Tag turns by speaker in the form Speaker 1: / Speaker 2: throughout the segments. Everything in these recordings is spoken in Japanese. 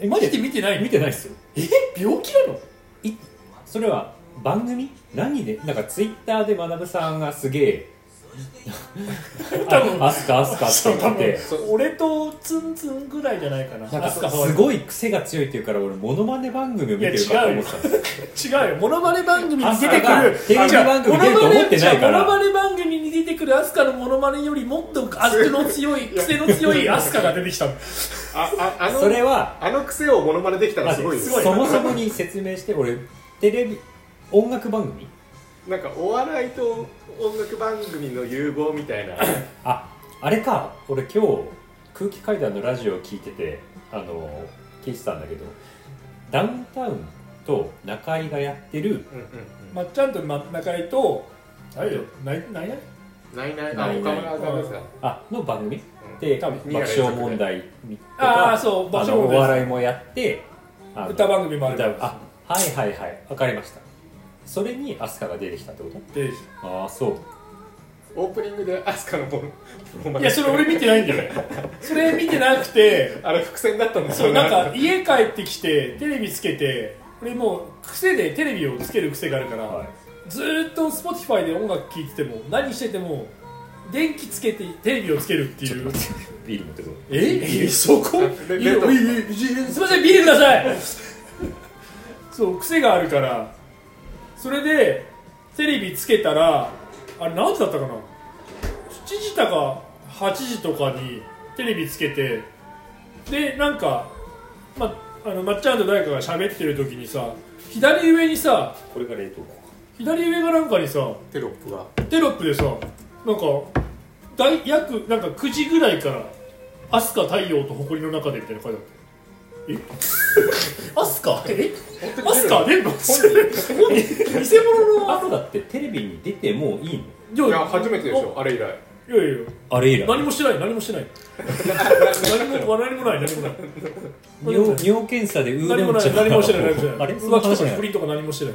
Speaker 1: え
Speaker 2: マジで見てないの
Speaker 1: 見てないっすよ
Speaker 2: え病気なの
Speaker 1: いそれは番組何でなんかツイッターで学さんがすげえあすかあすかって言って
Speaker 2: そう多分俺とツンツンぐらいじゃないか
Speaker 1: な
Speaker 2: な
Speaker 1: ん
Speaker 2: あ
Speaker 1: か
Speaker 2: す
Speaker 1: す
Speaker 2: い
Speaker 1: ごい癖が強いっていうから俺モノマネ番組を見てるかと思ってたんですよ
Speaker 2: 違うよモノマネ番組に出てく
Speaker 1: あ
Speaker 2: る
Speaker 1: テレビ番組出ると思ってないから
Speaker 2: 違うモノマネ番組に出てくるアスカのモノマネよりもっと味の 強い癖の強いアスカが出てきたの
Speaker 3: あああの
Speaker 1: それは
Speaker 3: あの癖をモノマネできたらすごいです
Speaker 2: すごい
Speaker 1: そもそもに説明して俺テレビ音楽番組
Speaker 3: なんかお笑いと音楽番組の融合みたいな
Speaker 1: ああれか俺今日空気階段のラジオを聞いててあの聞いてたんだけどダウンタウンと中居がやってる
Speaker 3: うんうん
Speaker 2: まっちゃんと真ん中井とあれよないないや
Speaker 3: うんないない
Speaker 1: な
Speaker 3: あ
Speaker 1: い
Speaker 3: 岡
Speaker 1: ない
Speaker 3: 村さんですか
Speaker 1: あの番組
Speaker 3: うん
Speaker 1: で
Speaker 2: 多
Speaker 1: 爆
Speaker 2: 分
Speaker 1: 笑問題と
Speaker 2: ああ
Speaker 1: か
Speaker 2: そう場
Speaker 1: あ
Speaker 2: 所
Speaker 1: の
Speaker 2: も
Speaker 1: お笑いもやってあの
Speaker 2: 歌番組もある
Speaker 1: 歌うあはいはいはいわかりましたそれに飛鳥が出てきたってこ
Speaker 2: でい
Speaker 1: とああそう
Speaker 3: オープニングでアスカのモノモノマネ
Speaker 2: やそれ俺見てないんだよそれ見てなくて
Speaker 3: あれ伏線だったんです
Speaker 2: そう
Speaker 3: よ
Speaker 2: なんか家帰ってきてテレビつけて俺もう癖でテレビをつける癖があるから、
Speaker 1: はい
Speaker 2: ずーっと Spotify で音楽聴いてても何してても電気つけてテレビをつけるっていう
Speaker 1: ビール持ってくる
Speaker 2: ええそこ
Speaker 3: レ
Speaker 2: いいよ
Speaker 3: レッド
Speaker 2: いいよいいよすいませんビールくださいそう癖があるからそれでテレビつけたらあれ何時だったかな7時とか8時とかにテレビつけてでなんかまあのまっちゃんと誰かが喋ってる時にさ左上にさ
Speaker 1: これが冷凍庫
Speaker 2: 左上がなんかにさ
Speaker 3: テロップが
Speaker 2: テロップでさなんか大約なんか9時ぐらいから「アスカ太陽と埃の中で」みたいな書いてあったえ アスカえアスカ出んの 偽物の
Speaker 1: あとだってテレビに出てもういいの
Speaker 2: いや
Speaker 3: いや初めてでしょあれ以来
Speaker 2: いやいやいや
Speaker 1: あれ以
Speaker 2: 何もしてない何もしてない 何も何もない何もない
Speaker 1: 尿尿検査でウー
Speaker 2: 何
Speaker 1: ロ
Speaker 2: も
Speaker 1: ン
Speaker 2: ない
Speaker 1: 茶
Speaker 2: 何もしてない何もしてない
Speaker 1: あれそんな
Speaker 2: 浮気
Speaker 1: 話
Speaker 2: と
Speaker 1: じゃ
Speaker 2: か
Speaker 1: ない
Speaker 2: 不倫とか何もしてない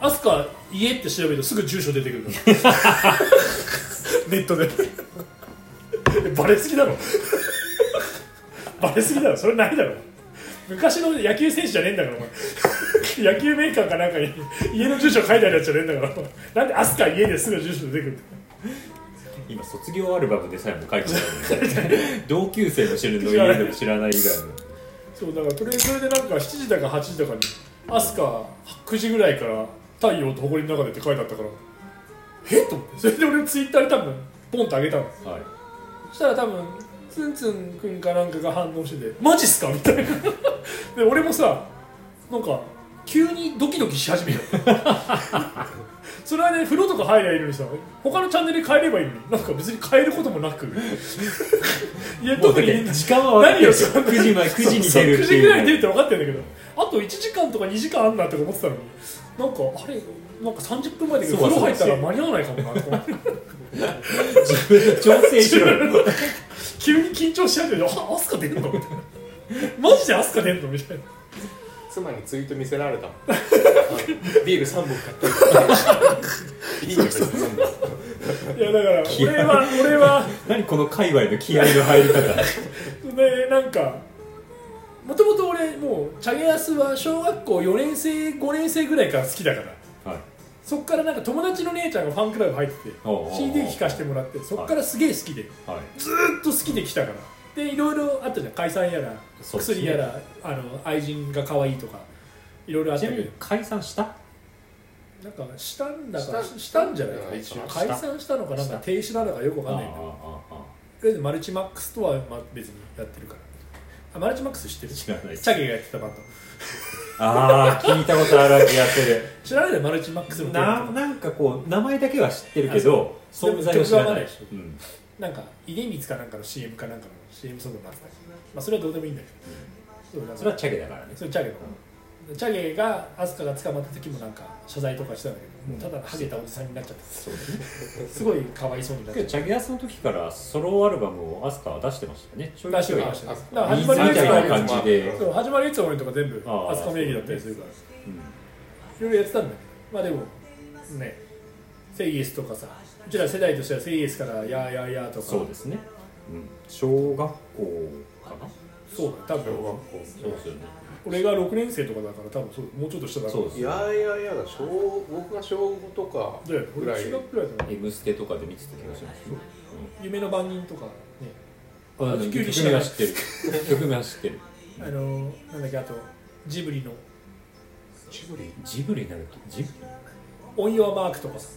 Speaker 2: アスカ家って調べるとすぐ住所出てくるから ネットでバレすぎだろバレすぎだろそれないだろ昔の野球選手じゃねえんだからお前野球メーカーかなんかに家の住所書いてあるやつじゃねえんだからお前なんでアスカ家ですぐ住所出てくるんだよ
Speaker 1: 今卒業アルバムでさえも書いてたのに 同級生の知るの家でも知らない以外の
Speaker 2: そうだからとりあえずそれでなんか7時だか8時だかに「アスカ9時ぐらいから太陽と埃の中で」って書いてあったからえっと思ってそれで俺ツイッターで多分ポンってあげたの
Speaker 1: はい
Speaker 2: そしたら多分ツンツン君かなんかが反応してて「マジっすか?」みたいな で俺もさなんか急にドキドキし始めちゃった それはね風呂とか入りゃいいのにさ他のチャンネルに変えればいいのになんか別に変えること もなくいや
Speaker 1: もう
Speaker 2: 特
Speaker 1: だっ
Speaker 2: に
Speaker 1: て時間は分かってる
Speaker 2: 何よ
Speaker 1: 9時前9時に出る
Speaker 2: 9
Speaker 1: って
Speaker 2: 時ぐらいに出
Speaker 1: い
Speaker 2: る
Speaker 1: う
Speaker 2: って分かってるんだけどあと1時間とか2時間あんなとか思ってたのになんかあれなんか30分前だけど
Speaker 1: そう
Speaker 2: 風
Speaker 1: そう
Speaker 2: 呂入ったら間に合わないかもなとか思って
Speaker 1: 自分で調整しろよ
Speaker 2: 急に緊張しちゃうけどあアスカ出んのみたいなマジでアスカ出んのみたいな
Speaker 3: 妻にツイート見せられたもんあのビール3本買ってビール3本
Speaker 2: いやだから俺は俺は
Speaker 1: 何この界隈の気合の入り方
Speaker 2: でなんかもともと俺もうチャゲアスは小学校4年生5年生ぐらいから好きだから
Speaker 1: はい
Speaker 2: そっからなんか友達の姉ちゃんがファンクラブ入ってて
Speaker 1: おうおうおう
Speaker 2: CD 聴かせてもらってそっからすげえ好きで、
Speaker 1: はい
Speaker 2: ずーっと好きで来たからでいろいろあったじゃん解散やら
Speaker 1: そうですね
Speaker 2: 薬やらあの愛人が可愛いとかいろいろあっ
Speaker 1: ち
Speaker 2: た
Speaker 1: な
Speaker 2: け
Speaker 1: みに
Speaker 2: ど
Speaker 1: 解散した
Speaker 2: なんかしたんだか
Speaker 3: し
Speaker 2: したたんじゃない
Speaker 3: うん
Speaker 2: か一
Speaker 1: し
Speaker 2: 応
Speaker 1: た
Speaker 2: 解散したのかなん
Speaker 1: し
Speaker 2: か
Speaker 1: た
Speaker 2: 停止なのかよくわかんないけどとりあえずマルチマックスとはまあ別にやってるからあマルチマックス知ってる
Speaker 1: 知らない
Speaker 2: チャゲがやってたバンド
Speaker 1: ああ聞いたことある気がす る
Speaker 2: 知らないでマルチマックスの曲
Speaker 1: ななんかこう名前だけは知ってるけど
Speaker 2: そう
Speaker 1: 存在を知らない
Speaker 2: でも曲はまだでしょ
Speaker 1: うん
Speaker 2: なんか出光かなんかの CM かなんかの CM ソングになってたけどまあそれはどうでもいいんだけど、そう
Speaker 1: それはチャゲだからね
Speaker 2: それチャゲの、チャゲが飛鳥が捕まった時もなんか謝罪とかしてたんだけど、
Speaker 1: うん
Speaker 2: ただハゲたおじさんになっちゃって
Speaker 1: そうですね
Speaker 2: すごいかわいそうになっち
Speaker 1: け
Speaker 2: ゃっ
Speaker 1: どチャゲアスの時からソロアルバムをアスカは出してましたよねちょい
Speaker 2: 出し
Speaker 1: ち
Speaker 2: て
Speaker 1: ょい
Speaker 2: ま
Speaker 1: あ
Speaker 2: し
Speaker 3: あ
Speaker 2: だから
Speaker 1: 水
Speaker 2: 始まりのや
Speaker 1: み
Speaker 2: つ
Speaker 1: た
Speaker 2: が
Speaker 1: いな感じで
Speaker 2: たそう始まるやつは俺とか全部
Speaker 1: あー
Speaker 2: あそこ名義だったりするか
Speaker 1: う
Speaker 2: ら
Speaker 1: ん
Speaker 2: いろいろやってたんだけどまあでもねセイエスとかさうちら世代としてはセイエスからやーやーやーとか
Speaker 1: そうですねうん小学校かな
Speaker 2: そうだよ多
Speaker 3: 小
Speaker 2: 分
Speaker 3: 学校
Speaker 1: そうですよね
Speaker 2: 俺が6年生とかだから多分そうもうちょっと下だから
Speaker 1: そうです
Speaker 3: いやいやいやだ小僕が小5とか
Speaker 2: で
Speaker 3: ぐら
Speaker 2: 俺
Speaker 3: い
Speaker 2: 中学くらいだな
Speaker 1: M ステとかで見てた気がしますよ
Speaker 2: 夢の番人とかね
Speaker 1: あ
Speaker 2: 地
Speaker 1: の
Speaker 2: 球儀
Speaker 1: 曲
Speaker 2: 知ら
Speaker 1: 名
Speaker 2: ない
Speaker 1: は知 ってる曲名は知ってる
Speaker 2: あのーなんだっけあとジブリの
Speaker 3: ジブリ
Speaker 1: ジブリになるとジブ
Speaker 2: 「音ンマーク」とかさ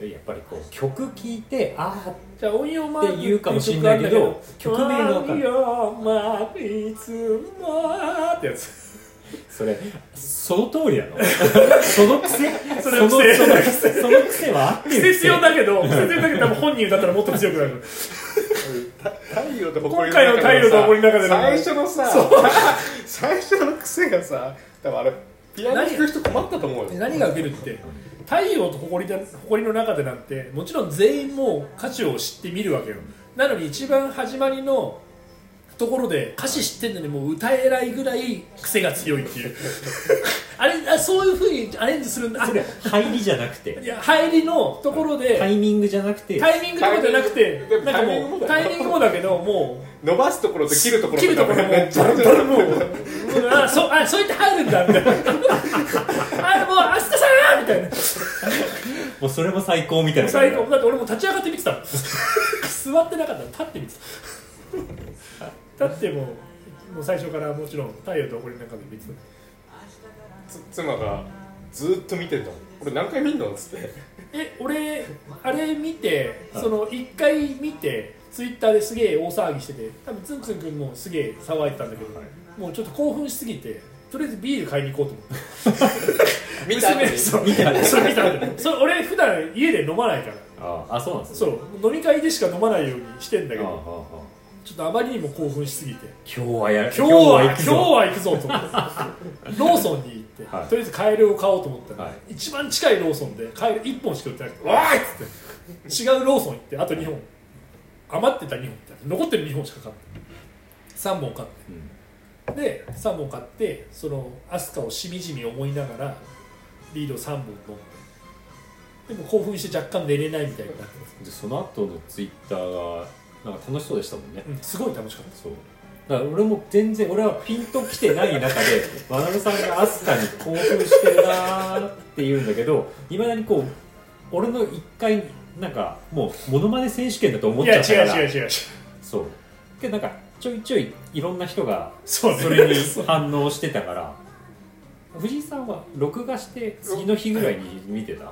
Speaker 1: リやっぱりこう曲聴いてああ
Speaker 2: じゃあ「音ンマーク」
Speaker 1: って言うかもしれないけど
Speaker 2: 曲名
Speaker 1: 曲名が
Speaker 2: の
Speaker 1: わかんない
Speaker 2: 音ンマークいつも」ってやつ
Speaker 1: それその通りなの その癖
Speaker 2: そ
Speaker 1: その
Speaker 2: の癖
Speaker 1: そのその癖は合ってる
Speaker 2: 癖強だけど癖強だけど多分本人だったらもっと強くなる
Speaker 3: た太陽と
Speaker 2: 今回の太陽と埃の中で
Speaker 3: 最初のさ
Speaker 2: そ
Speaker 3: 最初の癖がさ多分あれピアノ弾く人困ったと思うよ
Speaker 2: 何が受けるって太陽と埃だ埃の中でなんてもちろん全員もう歌詞を知ってみるわけよなのに一番始まりのところで歌詞知ってんのにもう歌えないぐらい癖が強いっていうあれあそういうふうにアレンジするんだあ
Speaker 1: それ入りじゃなく
Speaker 2: い
Speaker 1: て
Speaker 2: や入りのところ
Speaker 1: タ
Speaker 2: で
Speaker 1: イミングじゃなくて
Speaker 2: タイミングとかじゃなくて
Speaker 3: でも
Speaker 2: なんかもうタ
Speaker 3: タ
Speaker 2: イ
Speaker 3: イ
Speaker 2: ミ
Speaker 3: ミ
Speaker 2: ングもだけども
Speaker 3: 伸ばすところと切るとこ
Speaker 2: う
Speaker 3: ろ
Speaker 2: 切るところも
Speaker 3: めっち
Speaker 2: バ
Speaker 3: ゃ
Speaker 2: ラバラもううんあそうあそうやって入るんだみたいなあもう明日さんみたいな
Speaker 1: もうそれも最高みたいな
Speaker 2: 最後だって俺もう立ち上がって見てたもん座ってなかった立って見てた立ってもうもう最初からもちろん太陽とこれの中で見てた
Speaker 3: つ妻がずっと見てんだもん俺何回見んのっつ って
Speaker 2: え俺あれ見て
Speaker 1: はい
Speaker 2: その一回見てツイッターですげえ大騒ぎしてて多分ツンツン君もすげえ騒いでたんだけど、もうちょっと興奮しすぎてとりあえずビール買いに行こうと思って
Speaker 3: 見た後に
Speaker 2: 娘そう
Speaker 1: 見た
Speaker 2: それ見たん だよそれ俺普段家で飲まないから
Speaker 1: ああそうなんですね
Speaker 2: そう飲み会でしか飲まないようにしてんだけ
Speaker 1: ああああ
Speaker 2: どちょっとあまりにも興奮しすぎて
Speaker 1: 今日はや
Speaker 2: 今日は今
Speaker 1: 行く
Speaker 2: 日
Speaker 1: ぞ
Speaker 2: は行くぞと思ってローソンに行って、
Speaker 1: はい
Speaker 2: とりあえずカエルを買おうと思ったら、
Speaker 1: はい
Speaker 2: 一番近いローソンでカエル1本しか売ってなくて「わーい!」っつって違うローソン行ってあと2本余ってた2本って残ってる2本しか買って3本買って
Speaker 1: うん
Speaker 2: で3本買ってその飛鳥をしみじみ思いながらビールを3本飲んででも興奮して若干寝れないみたいになってます、
Speaker 1: でその後のツイッターがなんか楽しそうでしたもんね
Speaker 2: うん、すごい楽しかった
Speaker 1: そうだから俺も全然俺はピンときてない 中でまなぶさんがアスカに興奮してるなーって言うんだけどいまだにこう俺の一回なんかもうモノマネ選手権だと思っ
Speaker 2: い
Speaker 1: ちゃ
Speaker 2: や
Speaker 1: ったから
Speaker 2: 違う違う違う違う
Speaker 1: そうけどなんかちょいちょいいろんな人が
Speaker 2: そうね
Speaker 1: それに反応してた から藤井さんは録画して次の日ぐらいに見てた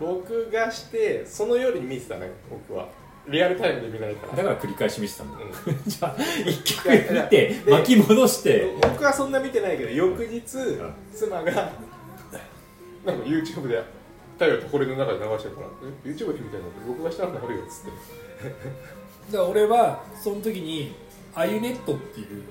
Speaker 3: 録画してその夜に見てたね僕はリアルタイムで見ないから
Speaker 1: だから繰り返し見てたんだ
Speaker 3: うん
Speaker 1: じゃあ一曲見て巻き戻して
Speaker 3: 僕はそんな見てないけど翌日
Speaker 1: ん
Speaker 3: 妻がなんか YouTube で太陽とこれの中で流してるからえ YouTube で見たいなの録画したんだあるよっつって
Speaker 2: だから俺はその時にアユネットっていう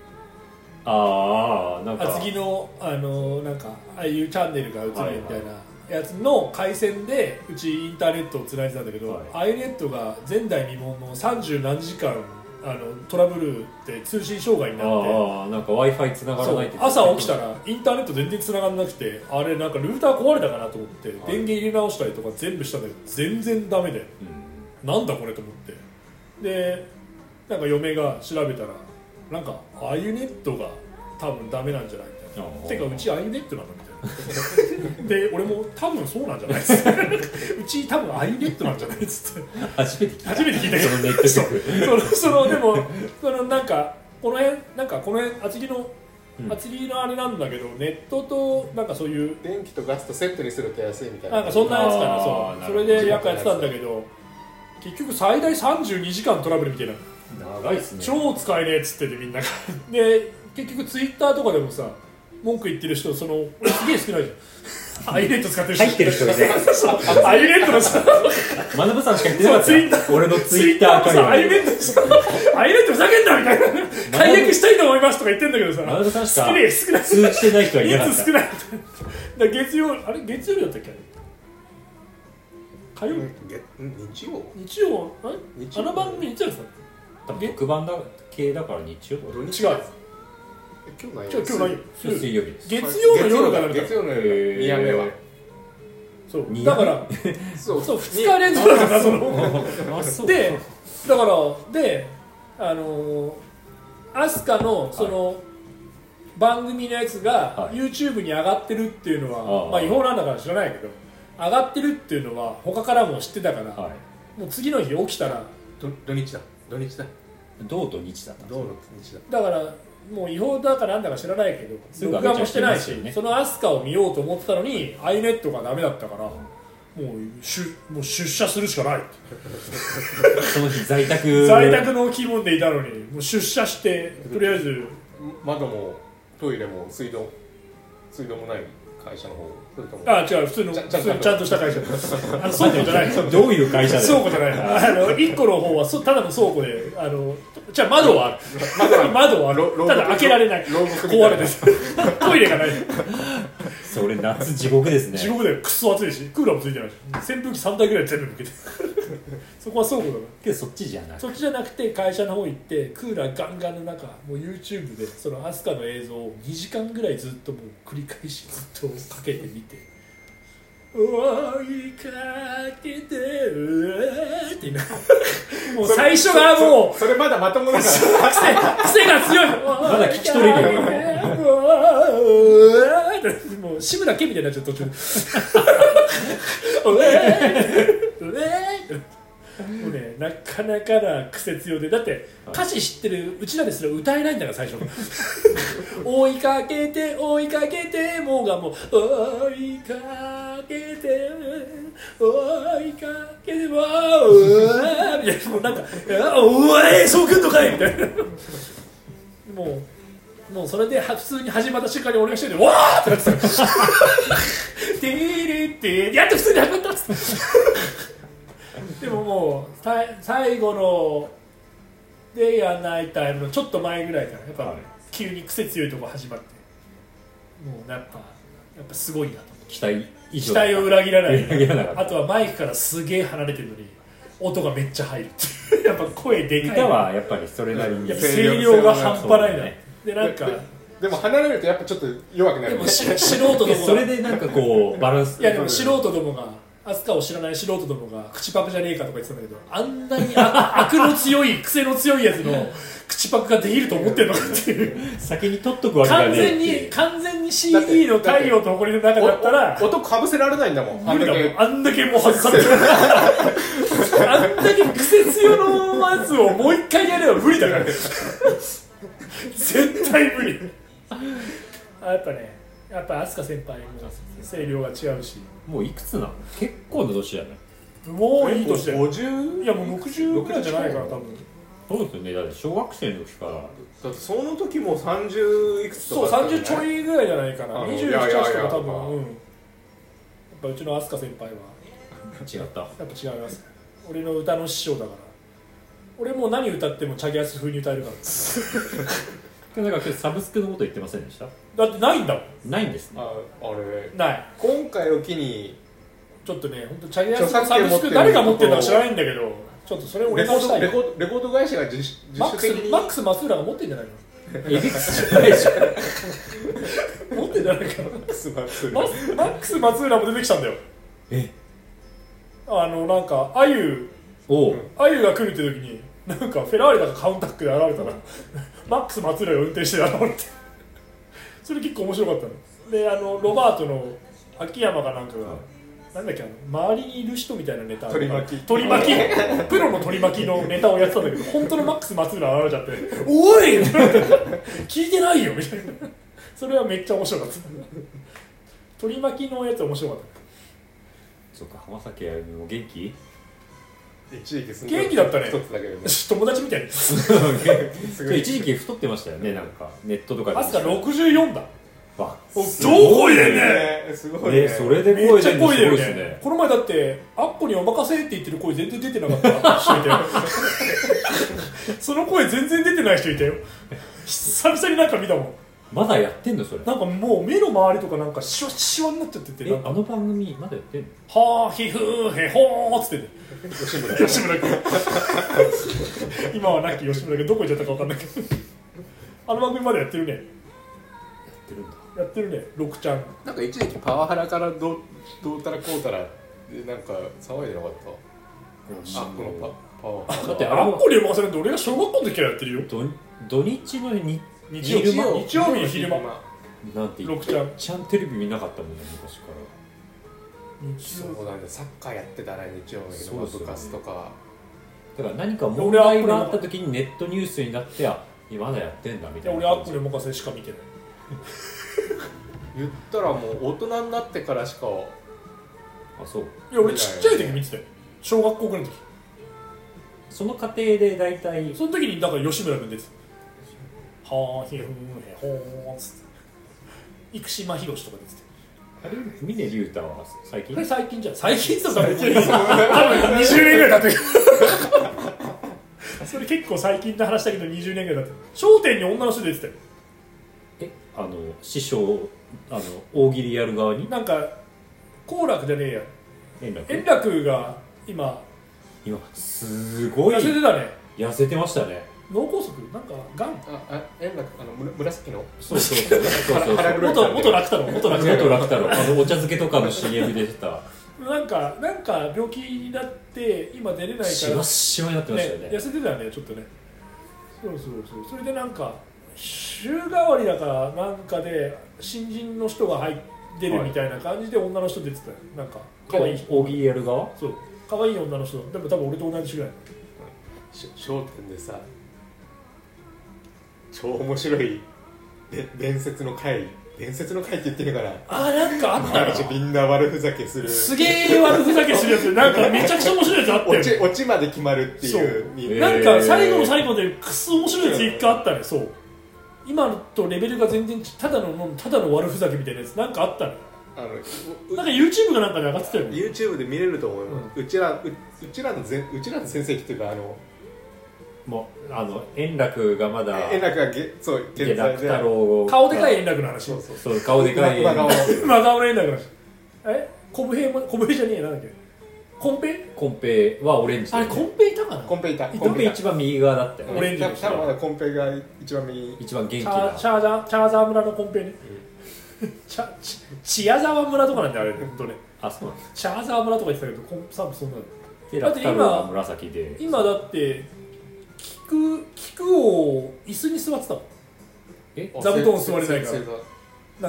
Speaker 1: ああなんか
Speaker 2: 厚木のあのなんかああいうチャンネルが映るみたいなやつの回線でうちインターネットをつないでたんだけど
Speaker 1: はい
Speaker 2: アユネットが前代未聞の30何時間あのトラブルって通信障害になって
Speaker 1: ああなんか w i f i 繋がら
Speaker 2: そ
Speaker 1: ないうって
Speaker 2: 朝起きたらインターネット全然繋がらなくてあれなんかルーター壊れたかなと思って電源入れ直したりとか全部したんだけど全然ダメで
Speaker 1: うん
Speaker 2: なんだこれと思ってでなんか嫁が調べたらなんかアユネットが多分ダメなんじゃないみたいな
Speaker 1: ああ
Speaker 2: てかうちアユネットなのみ たいなで俺も多分そうなんじゃないっすうち多分アユネットなんじゃないっつって
Speaker 1: 初めて聞い
Speaker 2: 初めて聞いた
Speaker 1: た
Speaker 2: け
Speaker 1: そ
Speaker 2: ど
Speaker 1: のネット曲
Speaker 2: そのそのでもそのなんかこの辺なんかこの辺厚木の
Speaker 1: うん
Speaker 2: 厚木のあれなんだけどネットとなんかそういう
Speaker 3: 電気とガスとセットにすると安いみたいな
Speaker 2: なんかそんなやつかな
Speaker 1: あ
Speaker 2: そ
Speaker 1: ー
Speaker 2: う
Speaker 1: な
Speaker 2: そ
Speaker 1: るほど
Speaker 2: れで役やってたんだけど結局最大32時間トラブルみたいな
Speaker 1: 長いっすね
Speaker 2: 超使えねえっつっててみんながで結局ツイッターとかでもさ文句言ってる人その俺すげえ少ないじゃんアイネット使ってる人
Speaker 1: 入ってる人がね
Speaker 2: アイネットのさ
Speaker 1: まなぶさんしか言ってなかっ
Speaker 2: そうツイッタ
Speaker 1: た俺のツ
Speaker 2: ツ
Speaker 1: イ
Speaker 2: イッ
Speaker 1: ッ
Speaker 2: タ
Speaker 1: ター
Speaker 2: ー
Speaker 1: ア
Speaker 2: も
Speaker 1: カウン
Speaker 2: さ
Speaker 1: ト
Speaker 2: アイネットさアイネットふざけんなみたいな解約したいと思いますとか言ってんだけどさ
Speaker 1: まなぶさんしか
Speaker 2: 少ねえ少ない
Speaker 1: 通じてない人はいなかっ
Speaker 2: 人
Speaker 1: た
Speaker 2: 数少ないだから月曜あれ月曜日だったっけあれ火曜日
Speaker 3: うんげん日曜
Speaker 2: 日曜あれ
Speaker 3: 日
Speaker 2: あ
Speaker 3: 曜
Speaker 2: の番組日曜日だっ
Speaker 1: 多分特番だ系だから日曜日
Speaker 3: 土日
Speaker 2: た違う
Speaker 3: え今日ない
Speaker 2: 今日今日何
Speaker 1: 今日水曜日です
Speaker 2: 月曜の夜からみたいな
Speaker 3: 月曜の夜2夜目は
Speaker 2: そう
Speaker 1: 二
Speaker 2: だから
Speaker 3: そ
Speaker 2: そう2日連続だからその
Speaker 1: あそう
Speaker 2: でだからであのーアスカのその、番組のやつが
Speaker 1: はい
Speaker 2: YouTube に上がってるっていうのは、
Speaker 1: ああ
Speaker 2: まあ違法なんだから知らないけど上がってるっていうのは他からも知ってたから、
Speaker 1: はい
Speaker 2: もう次の日起きたら
Speaker 3: 土土日だ土日だ
Speaker 1: 銅と日だったんです
Speaker 3: 土
Speaker 1: よ
Speaker 3: 日だ
Speaker 2: だからもう違法だかなんだか知らないけど
Speaker 1: すぐ上
Speaker 2: 録
Speaker 1: げちゃ
Speaker 2: 画
Speaker 1: い
Speaker 2: もしてないし、
Speaker 1: ますよね
Speaker 2: そのアスカを見ようと思ってたのに iNet がダメだったから、もうしゅもう出社するしかないって
Speaker 1: その日在宅
Speaker 2: 在宅の気分でいたのにもう出社してとりあえず
Speaker 3: 窓もトイレも水道水道もない会社の方それとも
Speaker 2: あ違う普通の
Speaker 3: ちゃ
Speaker 2: 普
Speaker 3: んちゃ
Speaker 2: 通
Speaker 3: んと
Speaker 2: のちゃんとした会社あの倉庫じゃない
Speaker 1: どういう会社だ
Speaker 2: 倉
Speaker 1: よ
Speaker 2: 庫じゃないあの1個の方はそただの倉庫であのじゃあ窓はある 窓はあ
Speaker 3: ろ
Speaker 2: る
Speaker 3: 牢獄
Speaker 2: ただ開けられない
Speaker 3: 牢獄みたいな
Speaker 2: 壊れて るトイレがない
Speaker 1: それ夏地獄ですね
Speaker 2: 地獄だよクソ暑いしクーラーもついてないし扇風機3台ぐらい全部向けてそこは倉庫だから
Speaker 1: けどそっちじゃない
Speaker 2: そっちじゃなくて会社の方行ってクーラーガンガンの中もう YouTube でそのアスカの映像を2時間ぐらいずっともう繰り返しずっとかけてみて「追いかけてる」って言いながら もう最初がもう
Speaker 3: それまだまともだから
Speaker 2: 癖癖が強いま
Speaker 1: だ聞き取れるよ
Speaker 2: もう志村けんみたいになっちゃう途中でうえ ーもうね、なかなかな癖強でだって歌詞知ってるうちらですら歌えないんだから最初追いかけて追いかけてもうがもう追いかけて追いかけてもうわーみたいなもうなんかあおいそうくんのかいみたいなもうもうそれでは普通に始まった瞬間に俺が一人でわーってなってたてれてれやっと普通に始まったっつってでももうさい最後の「でやないタイム」のちょっと前ぐらいからやっぱ、
Speaker 1: はい
Speaker 2: 急に癖強いとこ始まってもうやっぱやっぱすごいなと思って
Speaker 1: 期待以上
Speaker 2: 期待を裏切らない
Speaker 1: 裏切らなかった
Speaker 2: あとはマイクからすげえ離れてるのに音がめっちゃ入るっていうやっぱ声でかい
Speaker 1: 歌はやっぱりそれなりに
Speaker 2: やっぱ
Speaker 3: せ
Speaker 2: 声量が半端ない
Speaker 1: そうだ
Speaker 2: な
Speaker 1: ね
Speaker 2: でなんか
Speaker 3: ででも離れるとやっぱちょっと弱くな
Speaker 2: で
Speaker 3: る
Speaker 2: もし 素人ども
Speaker 1: で
Speaker 2: が
Speaker 1: それでなんかこうバランス
Speaker 2: いやでも素人どもが飛鳥を知らない素人どもが口パクじゃねえかとか言ってたんだけどあんなにあ悪の強い癖の強いやつの口パクができると思ってんのかっていう
Speaker 1: 先に取っとくわけが
Speaker 2: 完
Speaker 1: ねえ
Speaker 2: 全
Speaker 1: ってい
Speaker 2: に
Speaker 1: う
Speaker 2: 完全に CD の太陽と誇りの中だったら
Speaker 3: おお音かぶせられないんだもん
Speaker 2: 無理だ
Speaker 3: あんだけ
Speaker 2: もんあんだけもう外されてるあんだけ癖強のやつをもう一回やれば無理だから絶対無理あやっぱねやっぱ飛鳥先輩も声量が違うし
Speaker 1: もういくつなの結構な年じゃない
Speaker 2: もういい年だよ
Speaker 3: 50
Speaker 2: いやもう60ぐらいじゃないから多分
Speaker 1: そうですよねだって小学生の時から
Speaker 3: だってその時もう30いくつと
Speaker 2: そう
Speaker 3: かだったん
Speaker 2: 30ちょいぐらいじゃないかな
Speaker 3: あの
Speaker 2: 28
Speaker 3: いやいやいや
Speaker 2: とか多分うんやっぱうちの飛鳥先輩は
Speaker 1: 違った
Speaker 2: やっぱ違います俺の歌の師匠だから俺もう何歌ってもチャゲアス風に歌えるから
Speaker 1: でなんか今日サブスクのこと言ってませんでした
Speaker 2: だってないんだもん
Speaker 1: ないんですね
Speaker 3: ああれ
Speaker 2: ない
Speaker 3: 今回を機に
Speaker 2: ちょっとね本当チャゲアス
Speaker 3: 著
Speaker 2: サ
Speaker 3: 作権
Speaker 2: ブス
Speaker 3: 持って
Speaker 2: ク
Speaker 3: る
Speaker 2: 誰が持ってるのか知らないんだけどちょっとそれを俺
Speaker 3: レコ
Speaker 2: 直
Speaker 3: ー
Speaker 2: した
Speaker 3: ド
Speaker 2: い
Speaker 3: レコードレコード会社が自主
Speaker 2: マ
Speaker 3: 自
Speaker 2: ック
Speaker 3: 主的
Speaker 2: ス
Speaker 3: に
Speaker 2: マックス松浦が持ってんじゃないの
Speaker 1: えびくつじゃないでし ょ
Speaker 2: 持ってんじゃないかな
Speaker 3: マックス
Speaker 2: ママックス松浦も出てきたんだよ
Speaker 1: え
Speaker 2: あのなんかあゆ
Speaker 1: おう
Speaker 2: あゆが来るって時になんかフェラーリだかカウンタックで現れたら マックス松浦が運転して現れてそれ結構面白かったのであのロバートの秋山かなんかが、なんだっけあの周りにいる人みたいなネタ
Speaker 3: 取り巻き
Speaker 2: 取り巻きプロの取り巻きのネタをやってたんだけど本当のマックス松浦現れちゃって「おい!」聞いてないよみたいなそれはめっちゃ面白かった取り巻きのやつ面白かった
Speaker 1: そうか浜崎あゆみも元 気
Speaker 3: 一時期す
Speaker 2: 元気だったね
Speaker 3: 一つだけで も
Speaker 2: 友達みたいに
Speaker 3: すごい
Speaker 1: 一時期太ってましたよねなんかネットとか
Speaker 2: アスカ64だ
Speaker 1: わ
Speaker 2: お
Speaker 1: す
Speaker 2: 超
Speaker 1: ご
Speaker 2: 濃いね
Speaker 3: ねすごいね
Speaker 1: ねそれで
Speaker 2: めっ
Speaker 1: 声
Speaker 2: ち
Speaker 1: 出
Speaker 2: ゃ
Speaker 1: るの
Speaker 2: 声
Speaker 1: す
Speaker 2: 出
Speaker 1: ごい
Speaker 2: る
Speaker 1: です
Speaker 2: ね
Speaker 1: ね
Speaker 2: この前だってアッコにお任せって言ってる声全然出てなか った人いたよその声全然出てない人いたよ久々になんか見たもん
Speaker 1: まだやってんのそれ
Speaker 2: なんかもう目の周りとかなんかシワシワになっちゃっててなん
Speaker 1: え
Speaker 2: か
Speaker 1: あの番組まだやってんの
Speaker 2: はあひふーへほーっつって
Speaker 3: 吉村
Speaker 2: て吉村君今はなき吉村君どこ行っちゃったか分かんないけどあの番組までやってるね
Speaker 1: やってるんだ
Speaker 2: やってるね六ちゃん
Speaker 3: なんか一時期パワハラからどうどうたらこうたらでなんか騒いでなかったあこのパパワハ
Speaker 1: だってあれ
Speaker 2: アッ
Speaker 1: も
Speaker 2: コにお任せなんて俺が小学校の時からやってるよ
Speaker 1: 土土日のに
Speaker 2: 日曜日
Speaker 1: 昼間
Speaker 2: 日曜日昼間
Speaker 1: なんて言っ
Speaker 2: 六ちゃん
Speaker 1: ちゃんテレビ見なかったもんね昔から
Speaker 2: 日曜
Speaker 3: そうなんだよサッカーやってたら日曜日
Speaker 1: そう
Speaker 3: の
Speaker 1: そう
Speaker 3: 部活とか
Speaker 1: だから何か問題があった時にネットニュースになってあ今まだやってんだみ
Speaker 2: い
Speaker 1: た
Speaker 2: や
Speaker 1: いな
Speaker 2: 俺アップル任せしか見てない
Speaker 3: 言ったらもう大人になってからしか
Speaker 1: あそう
Speaker 2: いや俺ちっちゃい時見てたよ小学校ぐらいの時
Speaker 1: その過程で大体
Speaker 2: その時にだから吉村君ですはあひふんへほーっつって生島ひろしとか出てて
Speaker 1: あれ峰竜太は最近
Speaker 2: これ最近じゃん最近っつったら別に多分20年ぐらい経ってる それ結構最近の話だけど20年ぐらい経ってる『笑点』に女の人出てたよ
Speaker 1: えあの師匠あの大喜利やる側に
Speaker 2: なんか好楽じゃねえや
Speaker 1: 円楽
Speaker 2: 円楽が今
Speaker 1: 今すごい
Speaker 2: 痩せてたね
Speaker 1: 痩せてましたね
Speaker 2: 脳梗塞なんかがん
Speaker 3: ああ円楽あのむら紫の
Speaker 1: そうそうそうそうそうそう
Speaker 3: 腹黒い
Speaker 2: 元元楽太郎元楽太
Speaker 1: 元楽太郎あのお茶漬けとかの CM でした
Speaker 2: 郎なんかなんか病気になって今出れないから
Speaker 1: しわしわになってましたよね
Speaker 2: 痩せてたよねちょっとねそうそうそうそれでなんか週替わりだからなんかで新人の人が入ってるみたいな感じで女の人出てたよなんか可愛い
Speaker 1: で大喜利やる側
Speaker 2: そう可愛い女の人でも多分俺と同じぐらい
Speaker 3: し笑点でさ超面白いで伝説の回伝説の回って言ってるから
Speaker 2: あーなんかあった
Speaker 3: 毎日みんな悪ふざけす る
Speaker 2: すげえ悪ふざけするやつなんかめちゃくちゃ面白いやつあった
Speaker 3: オチ
Speaker 2: よ
Speaker 3: オチまで決まるっていうみんな
Speaker 2: なんか最後の最後でクソ面白いやつ一回あったねそう今とレベルが全然ちただのもうただの悪ふざけみたいなやつなんかあったね
Speaker 3: あのう
Speaker 2: なんか YouTube がなんかで上がってたよね
Speaker 3: YouTube で見れると思うよ、うちらううちらのぜうちらの先生っていうかあの
Speaker 1: もうあの円楽がまだ
Speaker 3: 円楽がげそう
Speaker 1: 元
Speaker 3: 現
Speaker 1: 楽
Speaker 3: 在で
Speaker 1: 太郎を
Speaker 2: 顔でかい円楽の話
Speaker 3: そうそう
Speaker 1: そう顔でかい
Speaker 3: 真顔
Speaker 2: 真顔の円楽の話えコブヘイもコブヘイじゃねえなんだっけコンペ
Speaker 1: コンペはオレンジ
Speaker 2: あれコンペいたかな
Speaker 3: コンペイタ
Speaker 1: コンペ
Speaker 3: イ
Speaker 1: 一番右側だったよ
Speaker 3: タ
Speaker 1: ね
Speaker 2: オレンジ
Speaker 3: 多
Speaker 2: で
Speaker 3: 分
Speaker 2: し
Speaker 3: 多分まだコンペイが一番右
Speaker 1: 一番元気
Speaker 2: チ
Speaker 1: な
Speaker 2: ャチャーザーチャーザー村のコンペね、チャチチアザワ村とかなんだよあれ本当ね
Speaker 1: あそうなんです
Speaker 2: チャーザー村とか言ってたけどコンサブそんなの
Speaker 1: で
Speaker 2: だっ
Speaker 1: 楽
Speaker 2: て
Speaker 1: 太
Speaker 2: 今
Speaker 1: 郎が紫で
Speaker 2: 今だって菊菊を椅子に座ってたもん
Speaker 1: え
Speaker 2: 座布団座れないから
Speaker 3: ら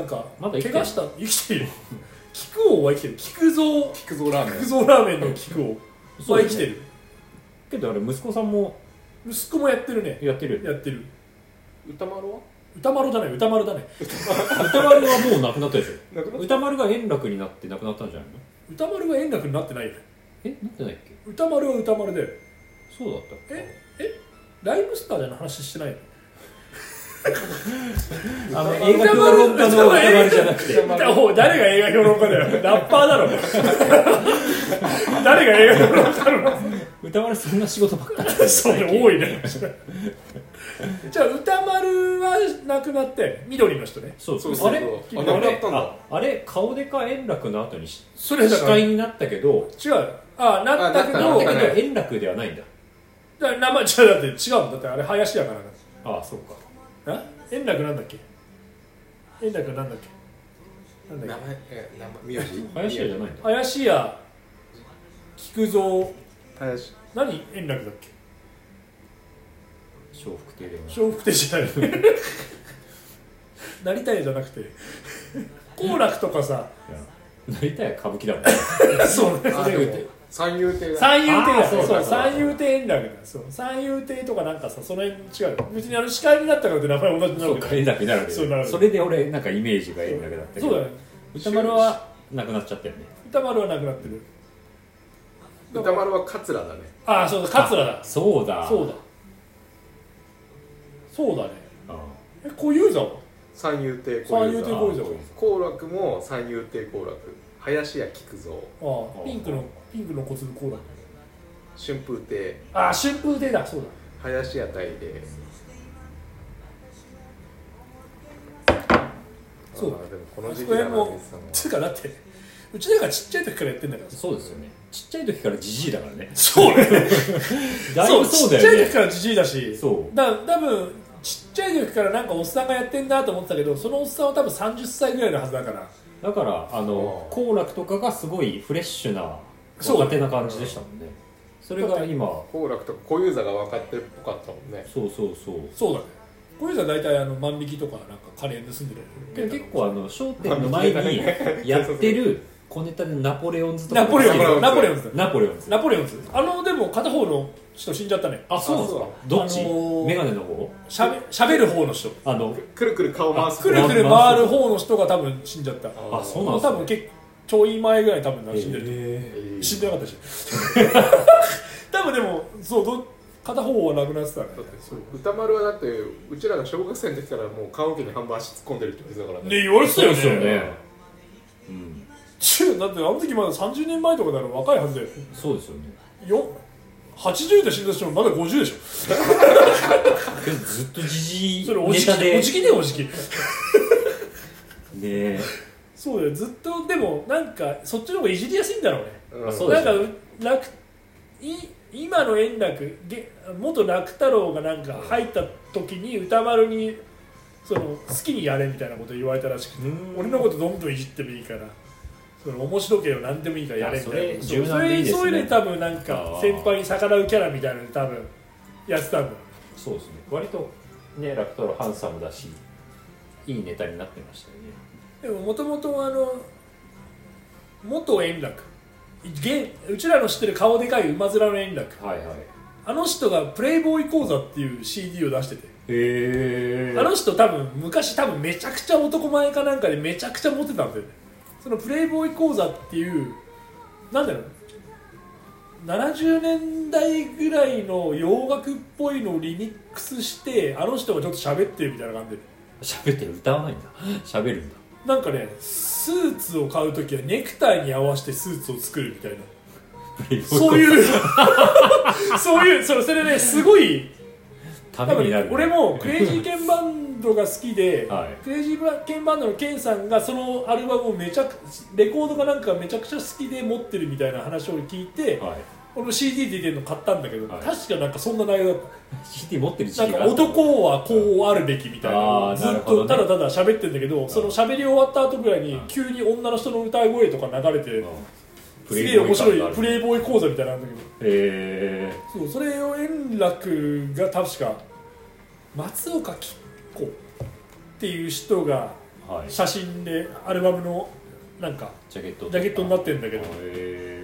Speaker 2: なんか、
Speaker 1: まだ生きてる
Speaker 2: 怪我した生きてるよ 菊王は生きてる菊蔵
Speaker 3: 菊蔵ラーメ
Speaker 2: 菊
Speaker 3: ン
Speaker 2: 蔵ラーメンの菊王
Speaker 1: そう
Speaker 2: は
Speaker 1: だね
Speaker 2: 生きてる、
Speaker 1: けどあれ息子さんも
Speaker 2: 息子もやってるね
Speaker 1: やってるよね
Speaker 2: やってる
Speaker 3: 歌丸は
Speaker 2: 歌丸だね歌丸だね
Speaker 1: 歌丸はもうなくなったでし
Speaker 3: なくな
Speaker 1: ょ
Speaker 3: っ
Speaker 1: 歌丸が円楽になってなくなったんじゃないの
Speaker 2: 歌丸は円楽になってないよ
Speaker 1: え
Speaker 2: ね
Speaker 1: なってないっけ
Speaker 2: 歌丸は歌丸だよ
Speaker 1: そうだったっけ
Speaker 2: ええライブスターじゃの話してないの
Speaker 1: あの
Speaker 2: 映
Speaker 1: 映
Speaker 2: 画
Speaker 1: 画
Speaker 2: 評
Speaker 1: 評
Speaker 2: 論
Speaker 1: 論
Speaker 2: 家
Speaker 1: 家
Speaker 2: の
Speaker 1: の歌
Speaker 2: 歌丸
Speaker 1: 丸
Speaker 2: じ
Speaker 1: じ
Speaker 2: ゃ
Speaker 1: ゃ
Speaker 2: な
Speaker 1: な
Speaker 2: く
Speaker 1: く
Speaker 2: て
Speaker 1: て
Speaker 2: おい誰が映画評論家だよラッパーだ ろ誰が映画評論家なの
Speaker 1: 歌丸そんな仕事ばっかりだったね
Speaker 2: それ
Speaker 1: 最近
Speaker 2: 多いねじゃあ歌丸はなくなって緑の人ね
Speaker 1: そうそ
Speaker 3: そ
Speaker 1: あ
Speaker 3: ううそう
Speaker 1: れ
Speaker 3: そ
Speaker 1: あ
Speaker 3: うあ
Speaker 1: れ
Speaker 3: なくなったんだ
Speaker 1: ああれ顔でか円楽の後にし
Speaker 2: それだ
Speaker 1: 死
Speaker 2: から違
Speaker 1: 体になったけど
Speaker 2: うああなったけ
Speaker 3: あ
Speaker 1: な
Speaker 2: ど
Speaker 1: っ
Speaker 3: な
Speaker 1: た
Speaker 3: っ
Speaker 1: け
Speaker 3: た
Speaker 1: ど円楽ではないんだ
Speaker 2: だから名前違うだって違うもんだってあれ林だからな
Speaker 1: ああそうか
Speaker 2: あ円楽なんだっけ円楽なんだっけなん
Speaker 3: 名
Speaker 2: だっけ
Speaker 3: 前え名前名字
Speaker 1: 林家じゃないんだ
Speaker 2: 林家菊蔵
Speaker 3: 林
Speaker 2: 何円楽だっけ
Speaker 1: 笑福亭ではない
Speaker 2: 笑福亭じゃないなりたいじゃなくて好楽とかさ
Speaker 1: なりたい歌舞伎だもん
Speaker 2: そう ね
Speaker 3: あでも三遊亭だ
Speaker 2: 三遊亭
Speaker 1: あ
Speaker 2: だ
Speaker 1: ーそう
Speaker 2: そう
Speaker 1: だそうだ
Speaker 2: 三遊亭円楽だそう三遊亭とかなんかさその辺違うよ別にあの司会になったからって名前同じに な
Speaker 1: そう
Speaker 2: るけ
Speaker 1: か
Speaker 2: ど
Speaker 1: 円楽になるわけ
Speaker 2: そうなる
Speaker 1: それで俺なんかイメージが円楽だったけ
Speaker 2: そうだ
Speaker 1: ど
Speaker 2: よ
Speaker 1: 歌丸はなくなっちゃったよね
Speaker 2: 歌丸はなくなってる
Speaker 3: 歌丸は桂だね
Speaker 2: ああそうだ桂だ
Speaker 1: そうだ
Speaker 2: そうだそうだね
Speaker 1: ああ
Speaker 2: え小遊三は
Speaker 3: 三遊亭小
Speaker 2: 三
Speaker 3: 遊
Speaker 2: 遊亭
Speaker 3: 三
Speaker 2: 小遊三は
Speaker 3: 好楽も三遊亭好楽林家菊蔵
Speaker 2: ああピンクのピンクの小粒こうだ
Speaker 3: 春風亭
Speaker 2: ああ春風亭だそうだ
Speaker 3: 林家大礼
Speaker 2: そうだ
Speaker 3: あーでもこの
Speaker 2: あそ
Speaker 3: 時期
Speaker 2: こら
Speaker 3: だな
Speaker 2: 辺も
Speaker 3: 水さんは
Speaker 2: つうかだってうちなんかちっちゃい時からやってんだから
Speaker 1: そうですよねちっちゃい時からじじいだからね
Speaker 2: そうね
Speaker 1: だいぶそうだ
Speaker 2: ちっちゃ
Speaker 1: よ
Speaker 2: い時
Speaker 1: ね
Speaker 2: からじじいだし
Speaker 1: そう
Speaker 2: だ多分ちっちゃい時からなんかおっさんがやってんなと思ってたけどそのおっさんは多分30歳ぐらいのはずだから
Speaker 1: だからあの
Speaker 3: あ
Speaker 1: 好楽とかがすごいフレッシュな
Speaker 2: そう
Speaker 1: 若手な感じでしたもんねそれが今
Speaker 3: 好楽とか小遊三が分かってるっぽかったもんね
Speaker 1: そうそうそう
Speaker 2: そうだね小遊三大体あの万引きとかなんかカレー盗んでる
Speaker 1: でも結構あの商店の前にやってる小ネタでナポレオンズとか
Speaker 2: ナポレオンナポレオンズ
Speaker 1: ナポレオンズ
Speaker 2: ナポレオンズあのでも片方の人死んじゃったね
Speaker 1: あそうなんですかどっち
Speaker 2: あのー
Speaker 1: メガネの方
Speaker 2: しゃべしゃべる方の人
Speaker 1: あの
Speaker 3: くるくる顔回す
Speaker 2: くるくる回る方の人が多分死んじゃった
Speaker 3: あ
Speaker 1: あそう
Speaker 2: も
Speaker 1: なんで
Speaker 2: う
Speaker 1: す
Speaker 2: 多
Speaker 1: か
Speaker 2: 分結構ちょい前ぐらいに多分死んでると思う、
Speaker 1: え
Speaker 3: えー
Speaker 2: 死んでなか ったし多分でもそうど片方はなくなってたね
Speaker 3: だってそう歌丸はだってうちらが小学生の時からもう棺桶に半分足突っ込んでるって言ってたからね
Speaker 2: ね言われ
Speaker 1: ー
Speaker 2: てた
Speaker 1: そう
Speaker 2: よ
Speaker 1: ですよ
Speaker 2: ね
Speaker 1: ねうん
Speaker 2: 中だってあの時まだ30年前とかだろ若いはずだよ
Speaker 1: そうですよね
Speaker 2: よ80で死んだ人もまだ50でしょ
Speaker 1: けどずっとじじ
Speaker 2: それお
Speaker 1: ネ
Speaker 2: じき
Speaker 1: タで
Speaker 2: おじきだよおじき
Speaker 1: ね
Speaker 2: そうだよずっとでもなんかそっちの方がいじりやすいんだろうね
Speaker 3: うん
Speaker 1: あそうで
Speaker 2: な
Speaker 1: す
Speaker 2: んか
Speaker 1: よ
Speaker 2: 楽い今の円楽げ元楽太郎がなんか入った時に歌丸にその好きにやれみたいなこと言われたらしくて
Speaker 1: うん
Speaker 2: 俺のことどんどんいじってもいいからその面白けよ何でもいいからやれみたい
Speaker 1: あ
Speaker 2: な
Speaker 1: そ
Speaker 2: そう
Speaker 1: れ柔軟でいいですね
Speaker 2: そういうの多分なんか
Speaker 1: あー
Speaker 2: 先輩に逆らうキャラみたいなの多分やってたんだよ
Speaker 1: そうですね割とね楽太郎ハンサムだしいいネタになってましたよね
Speaker 2: でももともとあの元円楽現うちらの知ってる顔でかい馬面の円楽
Speaker 1: はいはい
Speaker 2: あの人が「プレイボーイ講座」っていう CD を出してて
Speaker 1: へえ
Speaker 2: あの人多分昔多分めちゃくちゃ男前かなんかでめちゃくちゃモテたんだよねそのプレイボーイ講座っていうなんだろう70年代ぐらいの洋楽っぽいのをリミックスしてあの人がちょっと喋ってるみたいな感じで
Speaker 1: 喋ってる歌わないんだ喋るんだ
Speaker 2: なんかねスーツを買う時はネクタイに合わせてスーツを作るみたいな そ
Speaker 1: う
Speaker 2: ういうそう いうそれそれねすごい
Speaker 1: た
Speaker 2: 多
Speaker 1: めになる
Speaker 2: 分俺もクレイジーケンバンドが好きで、
Speaker 1: はい
Speaker 2: クレイジーケンバンドのケンさんがそのアルバムをめちゃくレコードかなんかめちゃくちゃ好きで持ってるみたいな話を聞いて、
Speaker 1: はい
Speaker 2: 俺も CD で出てるの買ったんだけど、
Speaker 1: はい
Speaker 2: 確かなんかそんな内容だっ
Speaker 1: CD 持ってる時
Speaker 2: たな
Speaker 1: 期
Speaker 2: ん
Speaker 1: が
Speaker 2: か
Speaker 1: あった
Speaker 2: 男はこうあるべきみたいなの
Speaker 1: あ
Speaker 2: を
Speaker 1: ー
Speaker 2: ず
Speaker 1: なる
Speaker 2: っ
Speaker 1: ほど
Speaker 2: と
Speaker 1: ね
Speaker 2: ただただ喋ってるんだけど、その喋り終わった後ぐらいに
Speaker 1: はい
Speaker 2: 急に女の人の歌声とか流れて、
Speaker 1: プ
Speaker 2: す
Speaker 1: レ
Speaker 2: げ
Speaker 1: イ
Speaker 2: え
Speaker 1: ボーイ感があ
Speaker 2: 面白
Speaker 1: る
Speaker 2: いプレイボーイ講座みたいなのあるんだけど
Speaker 1: え
Speaker 2: そうそれを円楽が確か松岡紀子っていう人が
Speaker 1: ーはい
Speaker 2: 写真でアルバムのなんか
Speaker 1: ジャケット
Speaker 2: ジャケットになってんだけど
Speaker 1: へ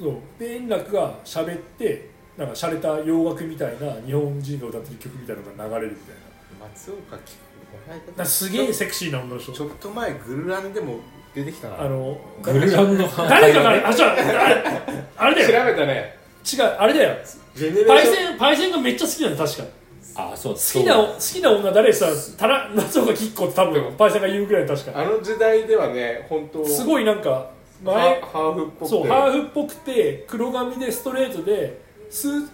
Speaker 2: そうで円楽が喋ってなんか洒落た洋楽みたいな日本人が歌ってる曲みたいなのが流れるみたいな
Speaker 3: 松岡貴子
Speaker 2: なんかすげえセクシーな女の人
Speaker 3: ちょっと前グルランでも出てきたな
Speaker 2: あの
Speaker 1: ーグルランの花
Speaker 2: 誰かがあじゃああれあれだよ
Speaker 3: べたね
Speaker 2: 違うあれだよ
Speaker 3: ジェネレ
Speaker 2: パ
Speaker 3: ー
Speaker 2: イ
Speaker 3: ション
Speaker 2: センパイセンがめっちゃ好きなの確か
Speaker 1: あそう
Speaker 2: 好きな
Speaker 1: そう
Speaker 2: 好きな女誰さたら松岡紀子って多分パイセンが言うぐらいの確か
Speaker 3: あの時代ではね本当
Speaker 2: すごいなんか
Speaker 3: ハ
Speaker 2: 前
Speaker 3: ハーフっぽくて
Speaker 2: そうハーフっぽくて黒髪でストレートでスー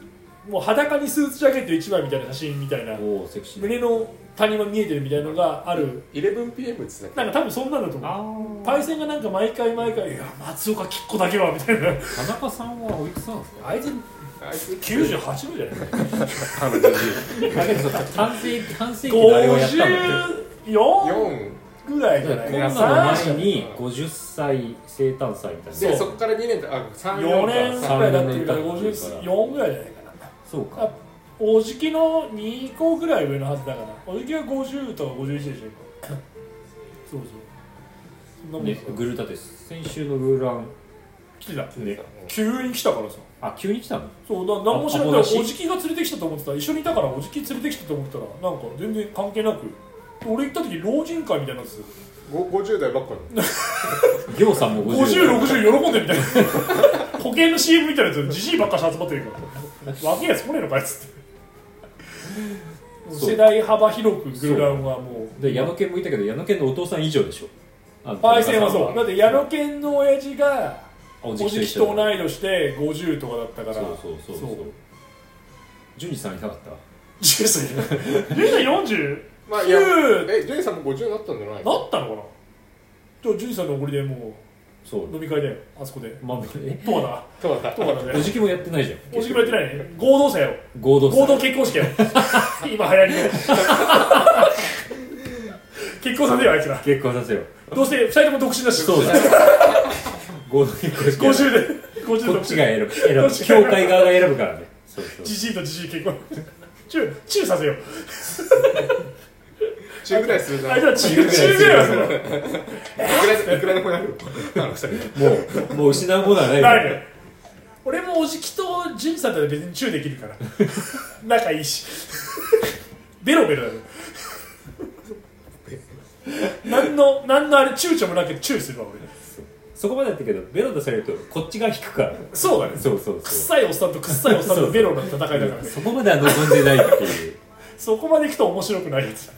Speaker 2: もう裸にスーツジャケット一枚みたいな写真みたいな
Speaker 1: おおセクシー
Speaker 2: 胸の谷間見えてるみたいなのがある
Speaker 3: 11PM って言ってたっけ
Speaker 2: なんか多分そんなのだと思う
Speaker 1: あ
Speaker 2: パイセンがなんか毎回毎回「いや松岡吉子だけは」みたいな
Speaker 1: 田中さんはおいくつなんですか
Speaker 2: あいつ
Speaker 3: あいつ
Speaker 2: 98分じゃない
Speaker 3: あの時
Speaker 1: だけど完成完成期のあれをやったんだって
Speaker 2: 54
Speaker 3: 4
Speaker 2: ぐらいじゃな
Speaker 1: コ
Speaker 2: い
Speaker 3: い
Speaker 1: ロ
Speaker 3: や
Speaker 1: ナの
Speaker 3: そう
Speaker 1: 前に50歳生誕祭みたいな
Speaker 3: でそこから2年あ三
Speaker 2: 4年ぐらいだ
Speaker 1: 三年経
Speaker 2: ってるから
Speaker 1: ってるから
Speaker 2: 54ぐらいじゃないかな
Speaker 1: そう
Speaker 2: あ
Speaker 1: か
Speaker 2: おじきの2個ぐらい上のはずだからおじきは50とか51でしょ今そうそうそんなもん
Speaker 1: ね
Speaker 2: さ
Speaker 1: グルだって先週のグルラン
Speaker 2: 来てた
Speaker 1: ね
Speaker 2: 急に来たからさ
Speaker 1: あ急に来たの
Speaker 2: そうな何も知らな
Speaker 1: あ
Speaker 2: い
Speaker 1: アポ
Speaker 2: お
Speaker 1: なし
Speaker 2: じきが連れてきたと思ってた一緒にいたからおじき連れてきたと思ったらなんか全然関係なく俺行った時老人会みたいなやつ
Speaker 3: ご50代ばっかり
Speaker 1: ギョウさんも50
Speaker 2: 5060喜んでるみたいな保険の CM みたいなやつじじいばっかし集まってるから若いやつ来ねえのかいっつって
Speaker 1: そう
Speaker 2: 世代幅広くグルランはもう
Speaker 1: で矢野健もいたけど矢野健のお父さん以上でしょあの
Speaker 2: パイセンは
Speaker 1: 田中
Speaker 2: そ
Speaker 1: さ
Speaker 2: うんだって矢野健の親父が
Speaker 1: あお
Speaker 2: お
Speaker 1: じ
Speaker 2: じ
Speaker 1: き
Speaker 2: き
Speaker 1: と
Speaker 2: と
Speaker 1: 同い
Speaker 2: 同い年で50とかだったから
Speaker 1: そうそうそうそう
Speaker 2: そう
Speaker 1: ジュニさんいなかった
Speaker 2: 10歳10歳 40?
Speaker 3: まあいや
Speaker 2: 9
Speaker 3: えジェイさんも50になったんじゃない
Speaker 2: なったのかなじゃあ10歳のおごりでも
Speaker 1: そう
Speaker 2: う飲み会だよあそこで
Speaker 1: まあえ
Speaker 2: とかだ
Speaker 3: とはだ
Speaker 2: とかだ
Speaker 1: お
Speaker 2: ね
Speaker 1: じきもやってないじゃん
Speaker 2: おじきもやってないね合同生よ
Speaker 1: 合同
Speaker 2: 合同結婚式や よ今流行りの 結婚させようあいつら
Speaker 1: 結婚させよう
Speaker 2: どうせ2人とも独身だし
Speaker 1: そうだ合同結婚式
Speaker 2: 50で50で
Speaker 1: こ
Speaker 2: 独
Speaker 1: っ
Speaker 2: 身
Speaker 1: ちが選ぶ選
Speaker 2: ど
Speaker 1: ぶ
Speaker 2: っちが
Speaker 1: 教会側が選ぶからねそうそう
Speaker 2: じじいとじじい結婚チューチューさせよう
Speaker 3: 中ぐらいするじゃん
Speaker 2: あじゃあ中中ぐらいはする
Speaker 3: いくらいくらでもなるよあの二人
Speaker 1: もうもう失うものはない
Speaker 2: ないのよ俺もおじきとジンさんだったら別にチューできるから 仲いいしベロベロだよ何の何のあれ躊躇もなくチューするわ俺
Speaker 1: そこまでやったけどベロ出されるとこっちが引くから
Speaker 2: そうだね
Speaker 1: そうそうそう
Speaker 2: 臭いおっさんと臭いおっさんのベロの戦いだからね
Speaker 1: そこまでは望んでないっていう
Speaker 2: そこまでいくと面白くないやつだ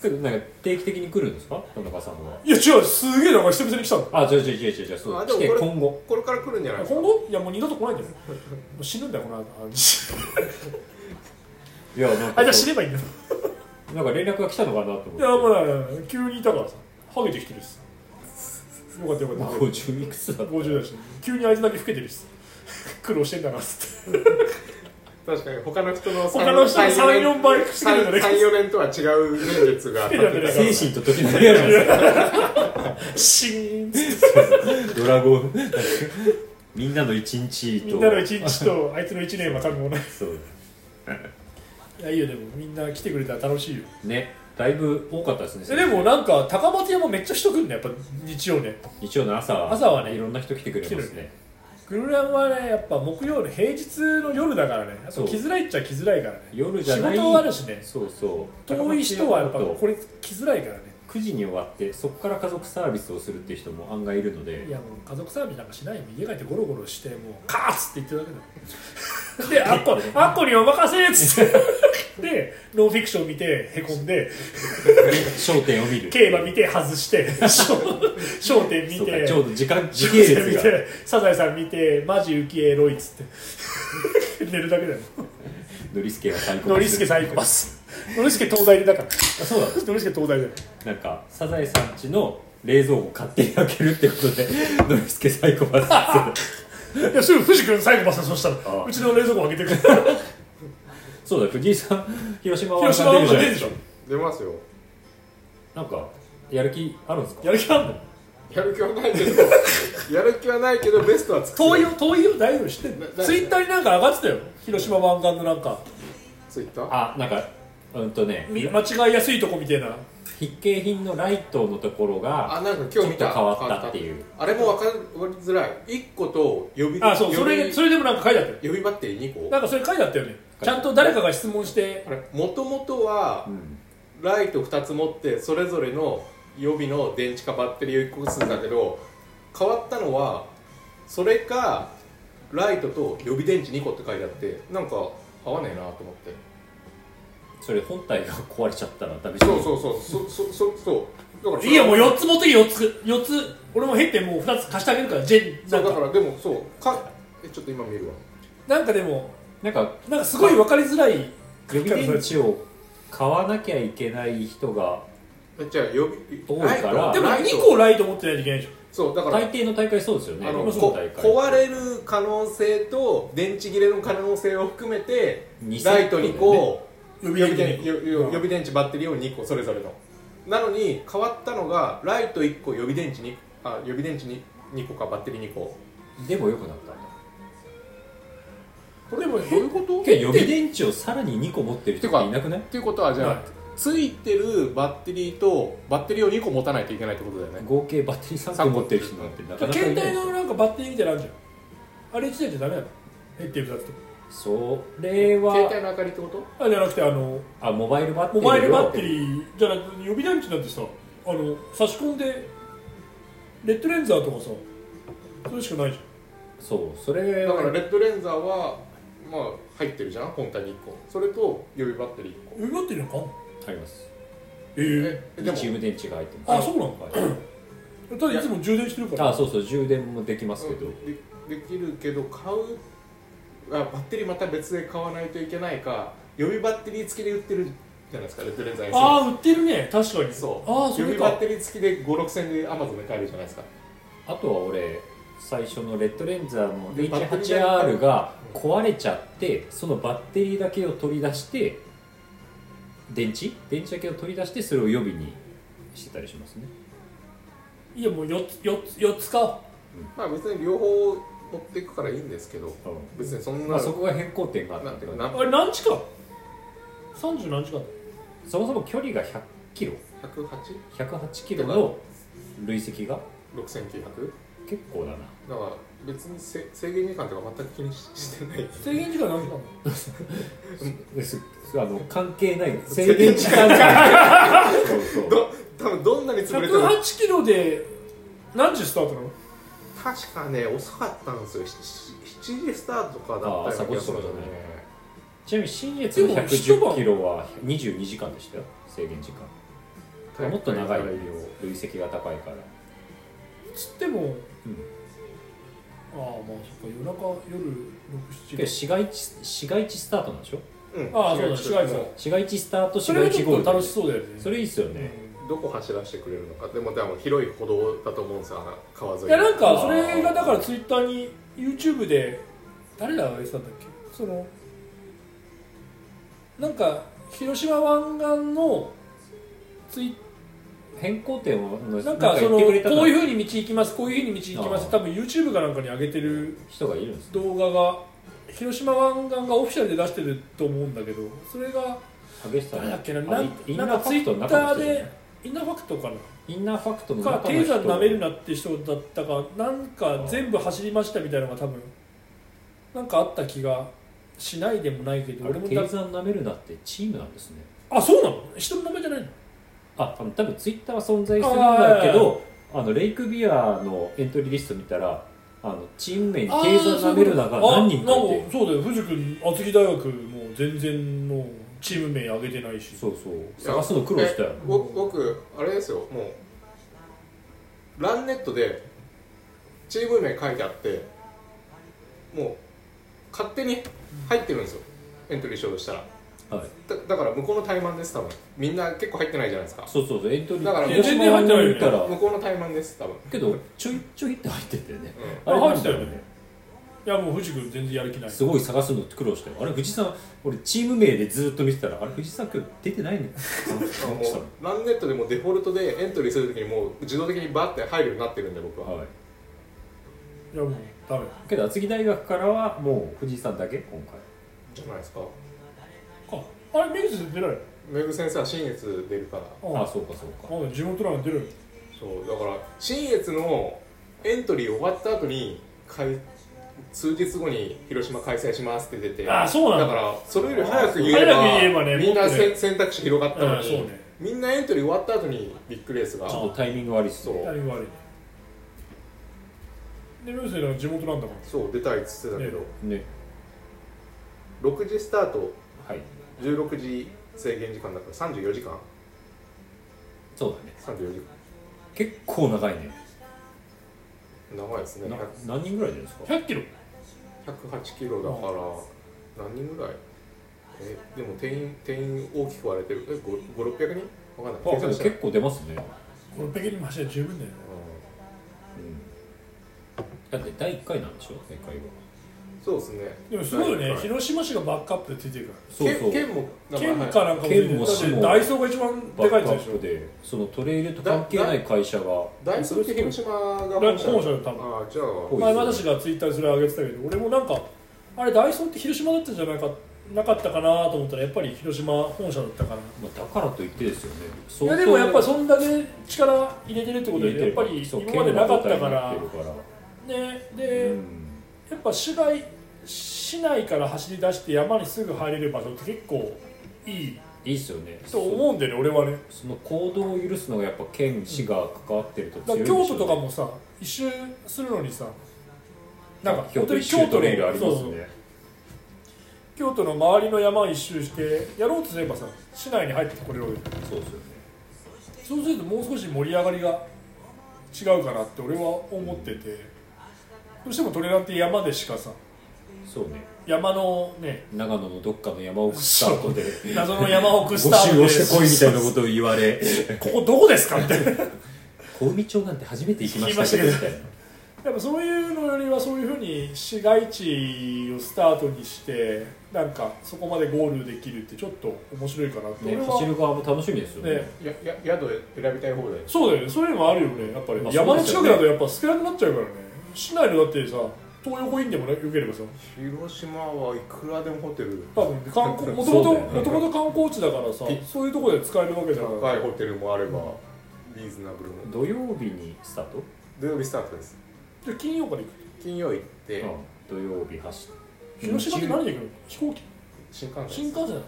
Speaker 1: それなんか定期的に来るんですか田中さんはい
Speaker 2: や違うすげえだから久々に来たの
Speaker 1: あ違う違う違う違う違うそう
Speaker 3: あでも
Speaker 1: 来て
Speaker 3: これ
Speaker 1: 今後
Speaker 3: これから来るんじゃない
Speaker 2: 今後いやもう二度と来ないんだよもう死ぬんだよこの 後あじ
Speaker 1: いやなん
Speaker 2: ゃあ
Speaker 1: か
Speaker 2: 死
Speaker 1: そ
Speaker 2: ねばいいんだ よ
Speaker 1: うなんか連絡が来たのかなと思っ
Speaker 2: い
Speaker 1: て
Speaker 2: やもうだから急にいたからさハゲてきてるしさよかったよかった
Speaker 1: 50いくつだ
Speaker 2: 50だし急にあいつだけ老けてるし さ苦労してんだなっつって
Speaker 3: 確かに他の人の
Speaker 2: 他の人の34倍老けてるんだね
Speaker 3: 34年とは違う年月が経って
Speaker 1: 精神と時の部屋なんですか
Speaker 2: シーンっつって
Speaker 1: ドラゴンみんなの一日と
Speaker 2: みんなの一日とあいつの一年は多分同じ
Speaker 1: そう
Speaker 2: いやいいよでもみんな来てくれたら楽しいよ
Speaker 1: ねだいぶ多かったです
Speaker 2: え
Speaker 1: ね
Speaker 2: でもなんか高松山めっちゃ人来るねやっぱ日曜ね
Speaker 1: 日曜の朝は
Speaker 2: 朝はね
Speaker 1: いろんな人来てくれますね
Speaker 2: グルランはねやっぱ木曜の平日の夜だからねやっぱ
Speaker 1: そう
Speaker 2: 来づらいっちゃ来づらいからね
Speaker 1: 夜じゃ
Speaker 2: 仕
Speaker 1: ない
Speaker 2: 事あるしね
Speaker 1: そうそう
Speaker 2: 遠い人はやっぱこれ来づらいからね
Speaker 1: 9時に終わってそこから家族サービスをするっていう人も案外いるの
Speaker 2: い
Speaker 1: で
Speaker 2: やもう家族サービスなんかしないもう家帰ってゴロゴロしてもうカーッつって言ってるだけだよであっこあっこにお任せっつってでノンフィクション見てへこんで
Speaker 1: 焦点を見る
Speaker 2: 競馬見て外して『笑笑点』見
Speaker 1: そう
Speaker 2: て
Speaker 1: かちょうど時間時
Speaker 2: 見
Speaker 1: 系
Speaker 2: て見
Speaker 1: 列 が
Speaker 2: てサザエさん見てマジ浮江エロいっつって寝るだけだよ
Speaker 1: ノリスケが最高
Speaker 2: ノリスケ最高ノリスケ東大でだから
Speaker 1: あそうなの
Speaker 2: ノリスケ東大で
Speaker 1: なんかサザエさんちの冷蔵庫勝手に開けるってことで ノリスケサイコパスって
Speaker 2: いやすぐ藤君最後まさそした
Speaker 1: あ
Speaker 2: ら
Speaker 1: あ
Speaker 2: うちの冷蔵庫開けてくれ
Speaker 1: そうだ藤井さん広島は
Speaker 2: 広島は
Speaker 1: 出るじゃな
Speaker 2: 出
Speaker 1: いで
Speaker 2: るですし
Speaker 1: か
Speaker 2: ょ
Speaker 3: 出ますよ
Speaker 1: なんかやる気あるんですか
Speaker 2: やる気あんの
Speaker 3: やる気はないけどやる気はないけどベストはつく
Speaker 2: 遠いよ遠いよ大丈夫知ってんの
Speaker 3: なな
Speaker 2: ツイッターになんか上がってたよ広島湾岸のなんか
Speaker 3: ツイッター
Speaker 1: あなんかうんとね
Speaker 2: 間違いやすいとこみたいな
Speaker 1: 必見品のライトのところ
Speaker 3: あ
Speaker 1: が
Speaker 3: なんか今日見た
Speaker 1: ちょっと変わったっていう
Speaker 3: あれも分かりづらい1個と予備
Speaker 2: あそうそ
Speaker 3: 予
Speaker 2: れ
Speaker 3: 備
Speaker 2: それでもなんか書いてあったよ
Speaker 3: 予備バッテリー2個
Speaker 2: なんかそれ書いてあったよねちゃんと誰かが質問して
Speaker 3: あれもともとは
Speaker 1: うん
Speaker 3: ライト2つ持ってそれぞれの予備の電池かバッテリーを1個ずつだけど変わったのはそれかライトと予備電池2個って書いてあってなんか合わねえなと思って
Speaker 1: それ本体が壊れちゃったらダメじゃん
Speaker 3: そうそうそうそそそそうだからそれ
Speaker 2: いいよもう4つ持ってき4つ4つ俺も減ってもう2つ貸してあげるからジェン
Speaker 3: そ
Speaker 2: な
Speaker 3: うんだか
Speaker 2: から
Speaker 3: でもそうかえちょっと今見るわ
Speaker 2: なんかでも
Speaker 1: なんか
Speaker 2: なんかすごい分かりづらい
Speaker 1: 予備電池を買わなきゃいけない人が
Speaker 3: えじゃあ予備
Speaker 1: 多いから
Speaker 3: ライト
Speaker 2: でも
Speaker 3: ライト
Speaker 2: 2個ライト持ってないといけないでしょ
Speaker 3: そうだから
Speaker 1: 大抵の大会そうですよね
Speaker 3: あの
Speaker 1: 日
Speaker 3: こ
Speaker 1: 本大会
Speaker 3: 壊れる可能性と電池切れの可能性を含めて
Speaker 1: 二セ
Speaker 3: ラ
Speaker 1: ッ
Speaker 3: イ
Speaker 1: ト
Speaker 3: ト
Speaker 1: だよね
Speaker 3: 2個
Speaker 2: 予
Speaker 3: 予
Speaker 2: 備
Speaker 3: 備
Speaker 2: 電
Speaker 3: 電
Speaker 2: 池
Speaker 3: 池予備電池バッテリーを2個それぞれのなのに変わったのがライト1個予備電池にあ予備電池に2個かバッテリー2個
Speaker 1: でも良くなったんだ
Speaker 2: こ れでも減
Speaker 3: こ
Speaker 1: け
Speaker 3: と
Speaker 1: ど予備電池をさらに2個持ってる人っていなくない
Speaker 3: っていうことはじゃあ、
Speaker 2: はい
Speaker 3: ついてるバッテリーとバッテリーを2個持たないといけないってことだよね
Speaker 1: 合計バッテリー3個持ってる人なんてなかなかいない
Speaker 2: 携
Speaker 1: です
Speaker 2: 帯
Speaker 1: よ
Speaker 2: のなんかバッテリーみたいなのあるじゃんあれ1台じゃダメなの減ってるだって
Speaker 1: それ
Speaker 3: 携
Speaker 1: は
Speaker 3: 帯の明かりってこと
Speaker 2: あじゃなくてあの
Speaker 1: あモバイルバッテ
Speaker 2: モ
Speaker 1: リーを
Speaker 2: バイルバッテリーじゃなくて予備電池なんてさあの差し込んでレッドレンザーとかさそれしかないじ
Speaker 1: そうそれ
Speaker 3: だから
Speaker 1: は
Speaker 3: レッドレンザーはまあ入ってるじゃん本体に1個それと予備バッテリー1個
Speaker 2: ゃん予備バッテリーなんかあんの
Speaker 1: あります
Speaker 2: え
Speaker 3: え
Speaker 1: リ
Speaker 3: でも
Speaker 1: チウム電池が入ってます
Speaker 2: あそうなんだ
Speaker 1: はい
Speaker 2: え ただいつも充電してるから
Speaker 1: あそうそう充電もできますけど、
Speaker 3: うんでできるけど買うあバッテリーまた別で買わないといけないか予備バッテリー付きで売ってるじゃないですかレッドレンザーに
Speaker 2: あー売ってるね確かに
Speaker 3: そう
Speaker 2: あーそ
Speaker 3: 予
Speaker 2: れ
Speaker 3: 備バ
Speaker 2: か
Speaker 3: ッテリー付きで56000でアマゾンで買えるじゃないですか
Speaker 1: あとは俺最初のレッドレンザーの
Speaker 3: でバッテリー
Speaker 1: H8R が壊れちゃってそのバッテリーだけを取り出して電池電池だけを取り出してそれを予備にしてたりしますね
Speaker 2: いやもう4つ4つ4つ買おう
Speaker 3: まあ別に両方持っていくからいいんですけど別にそんな、
Speaker 1: まあ、そこが変更点があった
Speaker 3: な
Speaker 1: っ
Speaker 3: ん
Speaker 1: て
Speaker 3: てい
Speaker 1: 感
Speaker 3: う
Speaker 1: じ
Speaker 3: かな
Speaker 2: あれ何時間 ?30 何時間
Speaker 1: そもそも距離が100キロ
Speaker 3: 108?6900?
Speaker 1: 108キロの累積が結構だな
Speaker 3: だから別にせ制限時間とか全く気にししてない
Speaker 2: 制限時間何時間なの
Speaker 1: すすあの関係ない制限時間内 そうそう
Speaker 3: ど多分どんなに潰れても
Speaker 2: 108キロで何時スタートなの
Speaker 3: 確かね遅かったんですよ 7, 7時スタートとかだったような気がするんだよね
Speaker 1: ちなみに新越の110キロは22時間でしたよ制限時間もっと長いよ累積が高いから
Speaker 2: つっても、
Speaker 1: うん
Speaker 2: ああまあそっか夜中
Speaker 1: け
Speaker 2: 夜
Speaker 1: ど
Speaker 2: 67時
Speaker 1: 市街地市街地スタートなんでしょ
Speaker 3: うん
Speaker 2: ああそうだ市街地
Speaker 3: も
Speaker 1: 市街地スタート市
Speaker 2: それ
Speaker 1: 街
Speaker 2: がち
Speaker 1: 地
Speaker 2: ょ
Speaker 1: ゴー
Speaker 2: っ
Speaker 1: ル
Speaker 2: と楽しそうだよね
Speaker 1: それいいっすよね
Speaker 3: うどこ走らせてくれるのかでもでも広い歩道だと思うんですよあの川沿い
Speaker 2: いやなん
Speaker 1: あ
Speaker 2: か
Speaker 1: ー
Speaker 2: それがだからツイッターに YouTube で誰だあげてたんだっけそのなんか広島湾岸のツイ
Speaker 1: 変更点をの
Speaker 2: なんかその
Speaker 1: 言
Speaker 2: こう
Speaker 1: って
Speaker 2: い
Speaker 1: くれた
Speaker 2: うふうに道行きますこういうふうに道行きます
Speaker 1: あー
Speaker 2: 多分 YouTube かなんかに上げてる
Speaker 1: 人がいるんですね
Speaker 2: 動画が広島湾岸がオフィシャルで出してると思うんだけどそれが
Speaker 1: 激しさ
Speaker 2: 誰だっけな
Speaker 1: あ
Speaker 2: なん
Speaker 1: インナ
Speaker 2: な
Speaker 1: ー
Speaker 2: んか
Speaker 1: フ
Speaker 2: ツ
Speaker 1: ァ
Speaker 2: イ
Speaker 1: クトの
Speaker 2: ッ
Speaker 1: 中
Speaker 2: タ
Speaker 1: の
Speaker 2: ー
Speaker 1: 人じゃない
Speaker 2: でインナーファクトかな
Speaker 1: インナーファクトの
Speaker 2: か
Speaker 1: 中
Speaker 2: テ
Speaker 1: の
Speaker 2: ーザ
Speaker 1: 人
Speaker 2: ー舐めるなって人だったかなんか全部走りましたみたいなのが多分なんかあった気がしないでもないけど
Speaker 1: あれ
Speaker 2: 俺も
Speaker 1: テ
Speaker 2: だ
Speaker 1: ーザー舐めるなってチームなんですね
Speaker 2: あそうなの人の名前じゃないの
Speaker 1: あ多分ツイッターは存在するんだけどあのレイクビアのエントリーリスト見たらあのチーム名に「
Speaker 2: あー
Speaker 1: テイザー舐めるな」が何人かい
Speaker 2: あな
Speaker 1: て
Speaker 2: んかそうだよ藤君厚木大学も全然もうチーム名挙げてないし
Speaker 1: そうそう探すの苦労したよ
Speaker 3: え僕僕あれですよもうランネットでチーム名書いてあってもう勝手に入ってるんですよエントリーしようとしたら
Speaker 1: はい
Speaker 3: だだから向こうの怠慢です多分みんな結構入ってないじゃないですか
Speaker 1: そうそうそうエントリー
Speaker 3: だから
Speaker 1: 広島
Speaker 2: 全然入ってないよね
Speaker 1: 見たら
Speaker 3: 向こうの怠慢です多分、
Speaker 1: けどちょいちょいって入ってたよね
Speaker 2: あ
Speaker 3: う
Speaker 1: あれ
Speaker 2: 入ってたよねいやもう藤君全然やる気ない
Speaker 1: すごい探すの苦労したよあれ藤井さん俺チーム名でずっと見てたらあれ藤井さん今日出てないね
Speaker 3: ん、もうランネットでもうデフォルトでエントリーするときにもう自動的にバーって入るようになってるんで僕は、
Speaker 1: はい
Speaker 2: いやもうダメ
Speaker 1: けど厚木大学からはもう藤井さんだけ今回
Speaker 3: じゃないですか
Speaker 2: ああれメグズ出ない
Speaker 3: メグ先生は新越出るから
Speaker 2: の
Speaker 1: あ
Speaker 2: あ
Speaker 1: あそうかそうか
Speaker 2: あ地元ラーメン出るの
Speaker 3: そうだから新越のエントリー終わった後にかい数日後に広島開催しますって出て
Speaker 2: あそうなんだ
Speaker 3: だからそれより早く言えば
Speaker 2: 早く言えばね
Speaker 3: みん
Speaker 2: も
Speaker 3: な
Speaker 2: っと
Speaker 3: せ
Speaker 2: ね
Speaker 3: ん、選択肢広がったの
Speaker 2: うん
Speaker 3: に、
Speaker 2: そうね
Speaker 3: みんなエントリー終わった後にビッグレースが
Speaker 1: ちょっとタイミング悪いっすね
Speaker 3: そう
Speaker 2: タイミング悪いねでメグズは地元なんだから
Speaker 3: そう出たいっつってたけど、
Speaker 2: ね
Speaker 1: ね
Speaker 3: 6時スタート
Speaker 1: はい
Speaker 3: 16時制限時間だから34時間
Speaker 1: そうだね
Speaker 3: 34時間
Speaker 1: 結構長いね
Speaker 3: 長いですね
Speaker 1: な何人ぐらい出るんですか
Speaker 2: 100キロ
Speaker 3: 108キロだから何人ぐらいえでも定員定員大きく割れてるえ五5600人わか
Speaker 1: あ
Speaker 3: んない計算したら
Speaker 1: 結構出ますね、
Speaker 2: このペケにマシで十分だよ
Speaker 3: う
Speaker 1: うん、だって第1回なんでしょ第1回は
Speaker 3: んそうですね
Speaker 2: でもすごいよね、
Speaker 3: はけ
Speaker 2: 広島市がバックアップでついてるか
Speaker 1: そうそう
Speaker 3: 県も
Speaker 2: ら
Speaker 3: だら
Speaker 2: 県
Speaker 3: はい
Speaker 2: かなんかもついて
Speaker 1: 県
Speaker 2: る
Speaker 1: も
Speaker 2: だって
Speaker 1: 市も
Speaker 2: ダイソーが一番
Speaker 1: バ
Speaker 2: でか
Speaker 1: ッ
Speaker 2: い
Speaker 1: ク
Speaker 2: や
Speaker 1: ア
Speaker 2: つでし
Speaker 1: ップでそのトレイルと関係ない会社が
Speaker 3: 大卒って広島が
Speaker 2: ょだから本社
Speaker 3: あ
Speaker 2: だよ多分
Speaker 3: あじゃあ
Speaker 1: ぽい
Speaker 2: 前私がツイッターでそれ上げてたけど俺もなんかあれダイソーって広島だったんじゃないかなかったかなと思ったらやっぱり広島本社だったかな
Speaker 1: まあ、だからといってですよね
Speaker 2: い
Speaker 1: 相
Speaker 2: や
Speaker 1: 当
Speaker 2: でもやっぱりそんだけ力入れてるってこと
Speaker 1: 入れて
Speaker 2: で
Speaker 1: る
Speaker 2: やっぱり
Speaker 1: そう
Speaker 2: 今までなかったか
Speaker 1: 県
Speaker 2: ら
Speaker 1: の状態になって
Speaker 2: ね
Speaker 1: る
Speaker 2: で、
Speaker 1: から
Speaker 2: やっぱ市街市内から走り出して山にすぐ入れる場所って結構いい
Speaker 1: うん、いいっすよね
Speaker 2: と思うんだよね俺はね
Speaker 1: そその行動を許すのがやっぱ県市が関わってると
Speaker 2: だ
Speaker 1: 強い
Speaker 2: から
Speaker 1: んでしょう
Speaker 2: 京
Speaker 1: ね
Speaker 2: 都とかもさ一周するのにさなんか
Speaker 1: 京
Speaker 2: 本当
Speaker 1: 都
Speaker 2: に
Speaker 1: 一
Speaker 2: 京
Speaker 1: 周
Speaker 2: 都
Speaker 1: ト
Speaker 2: の
Speaker 1: レイルありま
Speaker 2: そう
Speaker 1: す
Speaker 2: そう
Speaker 1: ね
Speaker 2: 京都の周りの山一周してやろうとすればさ市内に入ってこれるわけだよ
Speaker 1: そうですよね
Speaker 2: そうするともう少し盛り上がりが違うかなって俺は思っててどうしてもトレランって山でしかさ
Speaker 1: そうね
Speaker 2: 山のね
Speaker 1: 長野のどっかの山奥スタートで
Speaker 2: 謎の山奥
Speaker 1: 募
Speaker 2: スター
Speaker 1: 集
Speaker 2: ト
Speaker 1: をしてこいみたいな
Speaker 2: こ
Speaker 1: ことを言われ
Speaker 2: こどこですかみたいな
Speaker 1: 小海町なんて初めて行きましたけど
Speaker 2: 聞
Speaker 1: み
Speaker 2: きました
Speaker 1: いな
Speaker 2: やっぱそういうのよりはそういうふうに市街地をスタートにしてなんかそこまでゴールできるってちょっと面白いかなって、
Speaker 1: ね
Speaker 2: 俺は
Speaker 1: 走る側も楽しみですよね
Speaker 2: ね
Speaker 3: やや宿選びたい放題
Speaker 2: そうだよねそういうのもあるよねやっぱり、
Speaker 1: まあ
Speaker 2: 山
Speaker 1: そ
Speaker 2: の
Speaker 1: うです
Speaker 2: 近
Speaker 1: よ
Speaker 2: く
Speaker 1: ね
Speaker 2: だとやっぱ少なくなっちゃうからね市内のだってさ東横インでもねよければさ
Speaker 3: 広島はいくらでもホテル
Speaker 2: 多分観 光もと
Speaker 1: そ
Speaker 2: も
Speaker 1: う
Speaker 2: と
Speaker 1: だよね
Speaker 2: もともと観光地だからさそういうところで使えるわけじゃない
Speaker 3: 高いホテルもあればリーズナブルも
Speaker 1: 土曜日にスタート、
Speaker 3: 土曜日スタートです
Speaker 2: じゃあ金曜から行く
Speaker 3: 金曜行って、
Speaker 1: うん土曜日走って
Speaker 2: 広島って何で行くの飛行機
Speaker 3: 新幹線です
Speaker 2: 新幹線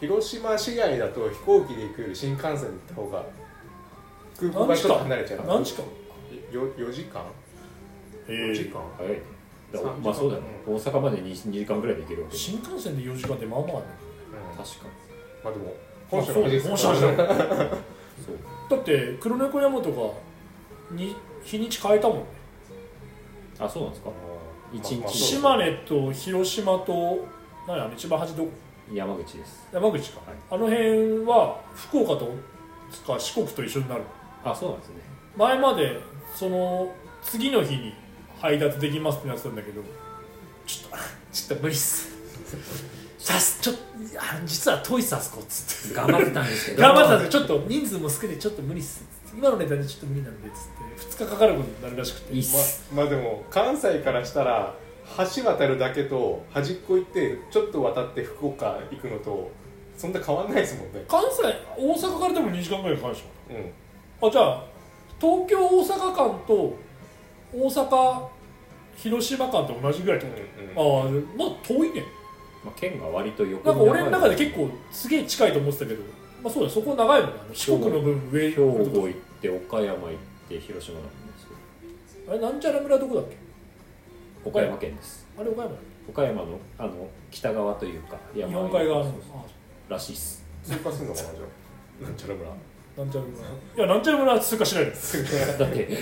Speaker 3: 広島市外だと飛行機で行くより新幹線で行った方が空港が
Speaker 2: 何
Speaker 3: ち
Speaker 2: 時
Speaker 3: ょっと
Speaker 2: 間
Speaker 3: 離れちゃう
Speaker 2: 何時間
Speaker 3: よ4時間
Speaker 2: え
Speaker 3: 4時間、
Speaker 1: 早いねだから
Speaker 3: 三時間
Speaker 1: まあそうだね大阪まで 2, 2時間ぐらいで行けるわけ
Speaker 2: 新幹線で4時間でまあまあね
Speaker 3: うん
Speaker 1: 確か
Speaker 3: まあでも
Speaker 2: まあ
Speaker 3: 本社の話です
Speaker 2: そう本社の話
Speaker 1: にそう
Speaker 2: だって黒猫山とかに日にち変えたもんね
Speaker 1: あそうなんですか一日そう
Speaker 2: 島根と広島と何あの一番端どこ
Speaker 1: 山口です
Speaker 2: 山口か、
Speaker 1: はい
Speaker 2: あの辺は福岡とか四国と一緒になる
Speaker 1: あそうなんですね
Speaker 2: 前までその次の日に配達できますってなってたんだけどちょっと ちょっと無理っす さすちょっとあ実は遠いっすあそこっつっ
Speaker 1: 頑張ってたんですけ
Speaker 2: て
Speaker 1: ど
Speaker 2: 頑張ってたんですよちょっと人数も少ないちょっと無理っすっつって今の値段でちょっと無理なんでっつって2日かかることになるらしくて
Speaker 1: いいっす、
Speaker 3: まあでも関西からしたら橋渡るだけと端っこ行ってちょっと渡って福岡行くのとそんな変わんないですもんね
Speaker 2: 関西大阪からでも2時間ぐらいかかるでしょ
Speaker 3: うん
Speaker 2: あじゃあ東京大阪間と大阪広島間と同じぐらいってこと
Speaker 3: うんう
Speaker 2: あ
Speaker 3: ん
Speaker 2: あまあ遠いね
Speaker 1: まあ、県が割と横
Speaker 2: なんか
Speaker 1: に
Speaker 2: 俺の中で結構すげえ近いと思ってたけどまあそうだよそこ長いもんねあの四国の分上
Speaker 1: 兵庫行って岡山行って広島なんですよ
Speaker 2: あれなんちゃら村どこだっけ
Speaker 1: 岡山県です
Speaker 2: あれ岡山
Speaker 1: 岡山のあの北側というか
Speaker 2: 日
Speaker 1: 山
Speaker 2: 本海側
Speaker 1: そうそ
Speaker 2: の
Speaker 1: う
Speaker 2: あ
Speaker 1: らしいっす
Speaker 3: 通過するのかなじゃあなんちゃら村
Speaker 2: なんちゃら村いやなんちゃら村は通過しないです
Speaker 1: だって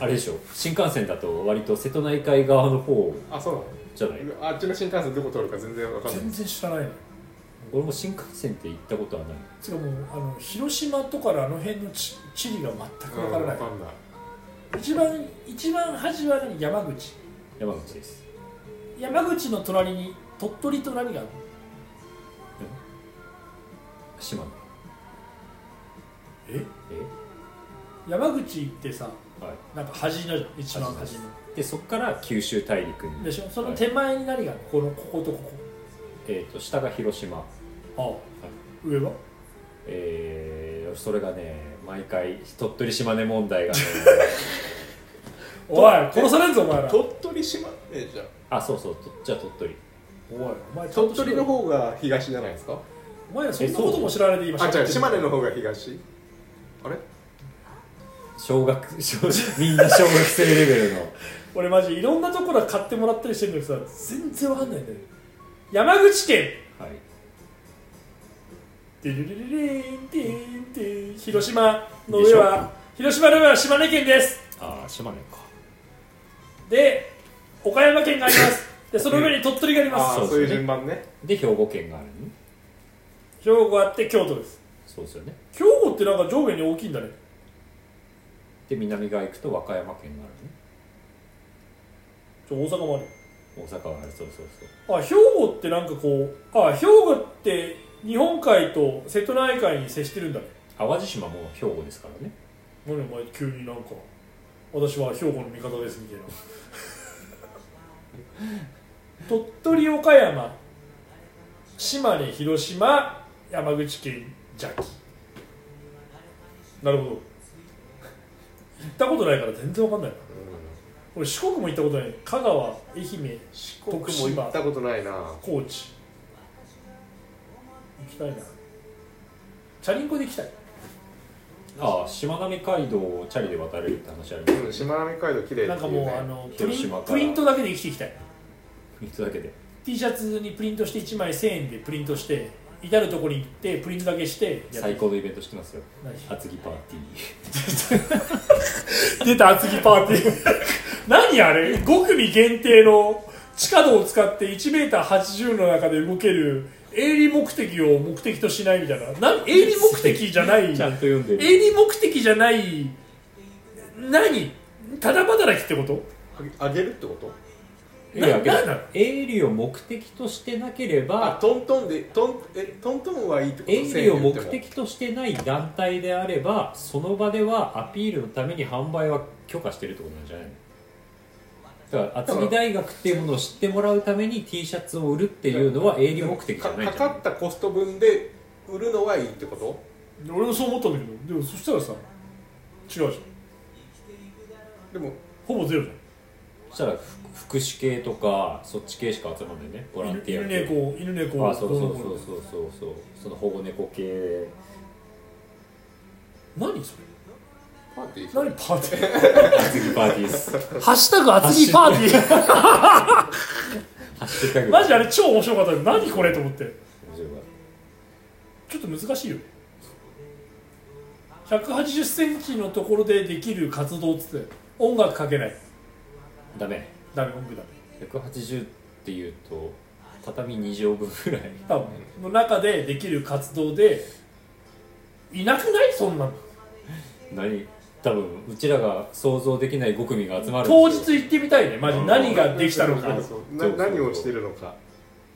Speaker 1: あれでしょ新幹線だと割と瀬戸内海側の方
Speaker 3: あそう
Speaker 1: じゃない
Speaker 3: なのあっちの新幹線どこ通るか全然わかんない
Speaker 2: 全然知らないの
Speaker 1: 俺も新幹線って行ったことはない
Speaker 2: つうかもうあの広島とからあの辺の地地理が全くわからない、
Speaker 3: うんわかんない
Speaker 2: 一番一番端は何山口
Speaker 1: 山口です
Speaker 2: 山口の隣に鳥取と何があるの
Speaker 1: 島根
Speaker 2: え
Speaker 1: え
Speaker 2: 山口行ってさ
Speaker 1: は
Speaker 2: なんか端の一番端の
Speaker 1: いでそこから九州大陸に
Speaker 2: でしょその手前に何があるのこのこことこ
Speaker 1: えー、と下が広島、
Speaker 2: こああ上は
Speaker 1: えー、それがね毎回鳥取島根問 題がね
Speaker 2: おい殺されんぞお前ら
Speaker 3: 鳥取島えじゃあ
Speaker 1: あそうそうとじゃあ鳥取
Speaker 2: おいお前ちゃん
Speaker 3: 鳥
Speaker 2: としろ
Speaker 3: 取
Speaker 2: よ
Speaker 3: の方が東じゃないですか
Speaker 2: お前らそんなことも知られて今
Speaker 3: あ違う
Speaker 2: 喋って
Speaker 3: 島
Speaker 2: る
Speaker 3: 根の方が東あれ
Speaker 1: 小学小 みんな小学生レベルの
Speaker 2: 俺マジいろんなところ買ってもらったりしてるのにさ全然わかんないんだよ山口県
Speaker 1: はい
Speaker 2: デルルルリーンデーンデーン広島の上は広島の上は島根県です
Speaker 1: ああ島根か
Speaker 2: で岡山県がありますでその上に鳥取がありま
Speaker 3: あ
Speaker 2: す
Speaker 3: あ
Speaker 1: そうですね
Speaker 3: そういう順番ね
Speaker 1: で兵庫県があるね
Speaker 2: 兵庫あって京都です
Speaker 1: そうですよね
Speaker 2: 兵庫ってなんか上下に大きいんだね
Speaker 1: で南側行くと和歌山県があ
Speaker 2: ちょ大阪もある
Speaker 1: るね大阪があるそうそうそう
Speaker 2: あ兵庫ってなんかこうあ兵庫って日本海と瀬戸内海に接してるんだね
Speaker 1: 淡路島も兵庫ですからね
Speaker 2: 何お前急になんか私は兵庫の味方ですみたいな鳥取岡山島根広島山口県邪鬼なるほど行ったことないから全然わかんないな俺四国も行ったことない香川愛媛
Speaker 3: 四国も行ったことないな
Speaker 2: 高知行きたいなチャリンコで行きたい
Speaker 1: ああしまなみ海道をチャリで渡れるって話ありますよ
Speaker 3: うん
Speaker 1: ね
Speaker 3: しまなみ海道綺麗っていうね
Speaker 2: なんかもうあのプ
Speaker 1: 広
Speaker 2: リン
Speaker 1: 島から
Speaker 2: プリントだけで生きていきたい
Speaker 1: 3つだけで
Speaker 2: T シャツにプリントして1枚1000円でプリントして至るところに行ってプリントだけしてやる
Speaker 1: 最高のイベントしてますよ
Speaker 2: 何
Speaker 1: 厚木パーティー
Speaker 2: 出た厚木パーティー何あれ5組限定の地下道を使って 1m80 の中で動ける営利目的を目的としないみたいななん営利目的じゃない
Speaker 1: ちゃんと読んでる
Speaker 2: 営利目的じゃない何ただ働きってこと
Speaker 3: あげるってこと
Speaker 1: いや
Speaker 2: な
Speaker 1: けど
Speaker 2: なんなの
Speaker 1: 営利を目的としてなけれ
Speaker 3: あ
Speaker 1: ば
Speaker 3: トントンでトンえトントンはいいってこと
Speaker 1: 営利を目
Speaker 3: 1000円言っ
Speaker 1: 的としてない団体であればその場ではアピールのために販売は許可してるってことなんじゃないのだから厚木大学っていうものを知ってもらうために T シャツを売るっていうのは営利目的じゃ
Speaker 3: か
Speaker 1: ないん
Speaker 3: か
Speaker 1: じゃな
Speaker 3: かったコスト分で売るのはいいってこと
Speaker 2: で俺もそう思ったんだけどでもそしたらさ違うじゃん
Speaker 3: でも
Speaker 2: ほぼゼロじゃ
Speaker 1: そしたらふ福祉系とかそっち系しか集まんないねボ
Speaker 2: ん
Speaker 1: ランティア
Speaker 2: 犬猫犬猫
Speaker 1: あそうそうそう
Speaker 2: どの
Speaker 1: そうそうそうその保護猫系
Speaker 2: 子の何それ
Speaker 3: パーティー
Speaker 2: 何パーティ
Speaker 1: 厚木パーティーっす
Speaker 2: ー ハッシュタグ 厚木パーティー
Speaker 1: ハッシュタグ
Speaker 2: マジあれ超面白かった何これと思って
Speaker 1: 面白いわ
Speaker 2: ちょっと難しいよね1 8 0センチのところでできる活動っつって音楽かけない
Speaker 1: ダメ
Speaker 2: ダメ音楽ダメ
Speaker 1: 180っていうと畳2畳分ぐらい
Speaker 2: 多分の中でできる活動でいなくないそんなの
Speaker 1: 何多分うちらが想像できない5組が集まる
Speaker 2: 当
Speaker 1: んですよ
Speaker 2: 日行ってみたいねマジ何ができたのか
Speaker 3: そうそうな何をしてるのか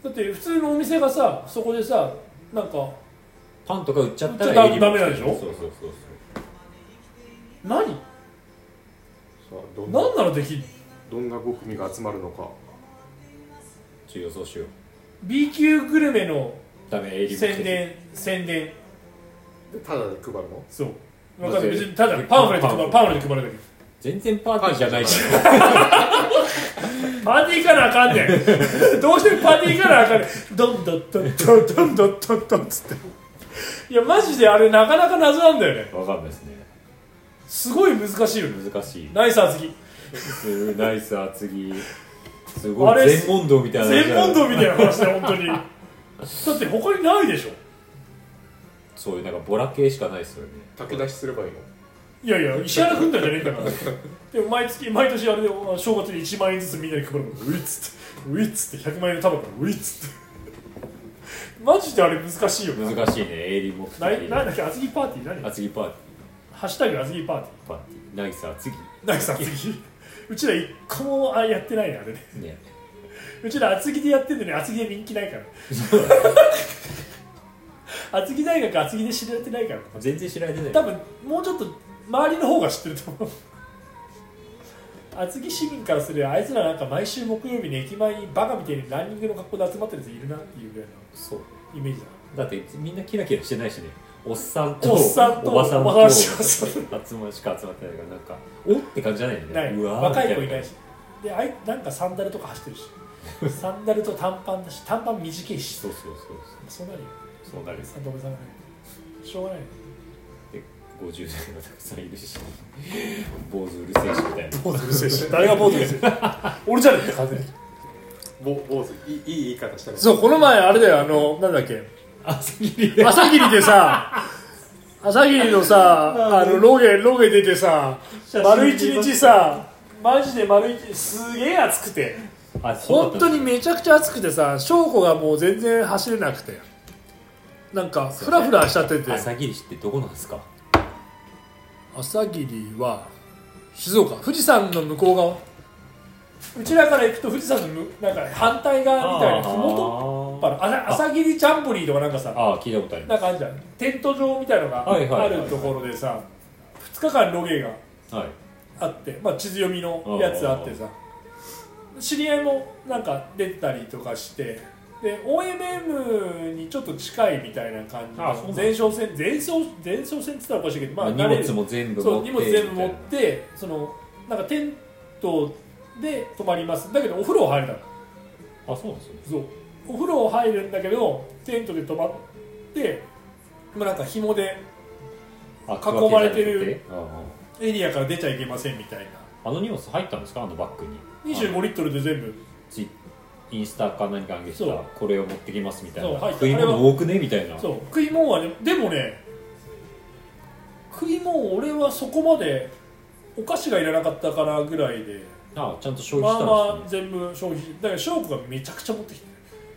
Speaker 2: だって普通のお店がさそこでさなんか
Speaker 1: パンとか売っちゃった
Speaker 2: ちょ
Speaker 1: ら
Speaker 2: っと
Speaker 1: 営利目的
Speaker 2: ダメなんでしょ
Speaker 1: そうそうそうそう
Speaker 2: 何
Speaker 3: さあどんな
Speaker 2: 何ならできる
Speaker 3: どんな5組が集まるのか
Speaker 1: ちょ予想しよう
Speaker 2: B 級グルメの
Speaker 1: ダメ営利目的
Speaker 2: 宣伝宣伝
Speaker 3: でただで配るの
Speaker 2: そう
Speaker 1: ま
Speaker 2: 分
Speaker 1: あ
Speaker 2: かる
Speaker 1: ぜ
Speaker 2: 別にただパンフレット配るパンフレット配るだけ
Speaker 1: 全然パーティーじゃないじゃん
Speaker 2: パーティーかなあかんねんどうしてもパーティーかなあかんねんどんどんどんどんどんどんどんどんつっていやマジであれなかなか謎なんだよね
Speaker 1: 分かんないですね
Speaker 2: すごい難しいよね
Speaker 1: 難しい
Speaker 2: ナイス厚木
Speaker 1: すナイス厚木すご
Speaker 2: あ
Speaker 1: い
Speaker 2: れ
Speaker 1: 全問答みたいな
Speaker 2: 全問答みたいな話だよ本当にだって他にないでしょ
Speaker 1: そういうなんかボラ系しかないですよね
Speaker 3: 竹出しすればいいの
Speaker 2: いやいや石原軍団じゃねえんだからでも毎月毎年あれであ正月に1万円ずつみんなに配るからういっつってういっつって100万円の束からういっつってマジであれ難しいよね
Speaker 1: 難しいね営利目
Speaker 2: なななん
Speaker 1: 的
Speaker 2: だっけ厚木パーティー何
Speaker 1: 厚木パーテ
Speaker 2: ハッシュタグ厚木パー
Speaker 1: ィー
Speaker 2: テ
Speaker 1: パーティーナイス厚
Speaker 2: ィー何さ厚木うちら一個もあやってないねあれね
Speaker 1: 木ね
Speaker 2: うちら厚木でやってんのに厚木で人気ない から厚木大学厚木で知られてないから
Speaker 1: 全然知られてない
Speaker 2: 多分もうちょっと周りの方が知ってると思う厚木市民からすればあいつらなんか毎週木曜日に駅前にバカみたいにランニングの格好で集まってるやついるなっていうぐらい
Speaker 1: そう
Speaker 2: のイメージだ
Speaker 1: だってみんなキラキラしてないしねおっさんと
Speaker 2: おっさんと
Speaker 1: おばさん
Speaker 2: おば
Speaker 1: と
Speaker 2: さん
Speaker 1: 集ましか集まってないからなんかおって感じじゃないよね
Speaker 2: ないう
Speaker 1: わー
Speaker 2: 若い子
Speaker 1: み
Speaker 2: い
Speaker 1: た
Speaker 2: ないしであいなんかサンダルとか走ってるし サンダルと短パンだし短パン短いし
Speaker 1: そうそうそう
Speaker 2: そうなるよ
Speaker 1: そうそうなる
Speaker 2: サンダルさんがねしょうがないよ
Speaker 1: で50代がたくさんいるし坊主うるせえしみたいな
Speaker 2: 坊主うるせえし 誰が坊主うるせえ俺じゃねえって完全に
Speaker 3: ぼ坊主いいいい言い方したね
Speaker 2: そうこの前あれだよあのなんだっけ
Speaker 1: 朝霧で
Speaker 2: 朝霧で さ朝霧のさあのロゲロゲ出てさ
Speaker 1: 写真
Speaker 2: 丸一日さマジで丸一日すげえ暑くて
Speaker 1: あそうだ
Speaker 2: 本
Speaker 1: った
Speaker 2: 当
Speaker 1: んだ
Speaker 2: にめちゃくちゃ暑くてさ翔子がもう全然走れなくてなんかフラフラしちゃってて
Speaker 1: 朝霧市ってどこなんですか
Speaker 2: 朝霧は静岡富士山の向こう側うちらから行くと富士山のむなんか反対側みたいなふもとっぱらあ朝霧ジャンボリーとかなんかさ
Speaker 1: ああ聞いたことありま
Speaker 2: なんかあるじゃんテント場みたいのが
Speaker 1: はいはいは
Speaker 2: あ
Speaker 1: いはい
Speaker 2: るところでさ2日間ロゲが
Speaker 1: すはい
Speaker 2: あって、まあ、地図読みのやつあってさ知り合いもなんか出たりとかしてで OMM にちょっと近いみたいな感じ
Speaker 1: あそうな
Speaker 2: の
Speaker 1: んだ
Speaker 2: 前哨戦前哨前哨戦って言ったらおかしいけど、まあ、
Speaker 1: 荷
Speaker 2: 慣れる
Speaker 1: 物も全部
Speaker 2: そ
Speaker 1: 持
Speaker 2: う
Speaker 1: って
Speaker 2: 荷物全部持ってそのなんかテントで泊まりますだけどお風呂入るだ
Speaker 1: あそうなんですね
Speaker 2: そうお風呂入るんだけどテントで泊まって、まあ、なんか紐で
Speaker 1: あ
Speaker 2: 囲まれてる
Speaker 1: 区分けされてあ
Speaker 2: エリアから出ちゃいけませんみたいな
Speaker 1: ああの荷物入ったんですかあのバッグに
Speaker 2: 25リットルで全部
Speaker 1: ツイインスタか何か上げて
Speaker 2: そ
Speaker 1: た
Speaker 2: う
Speaker 1: これを持ってきますみたい
Speaker 2: そう
Speaker 1: な
Speaker 2: 入った
Speaker 1: 食い物多くねみたいな
Speaker 2: そう食い物はねでもね食い物俺はそこまでお菓子がいらなかったかなぐらいで
Speaker 1: あちゃんと消
Speaker 2: ま
Speaker 1: 費した
Speaker 2: あ
Speaker 1: んで
Speaker 2: まあ
Speaker 1: すね
Speaker 2: 全部消費してだから翔子がめちゃくちゃ持ってきて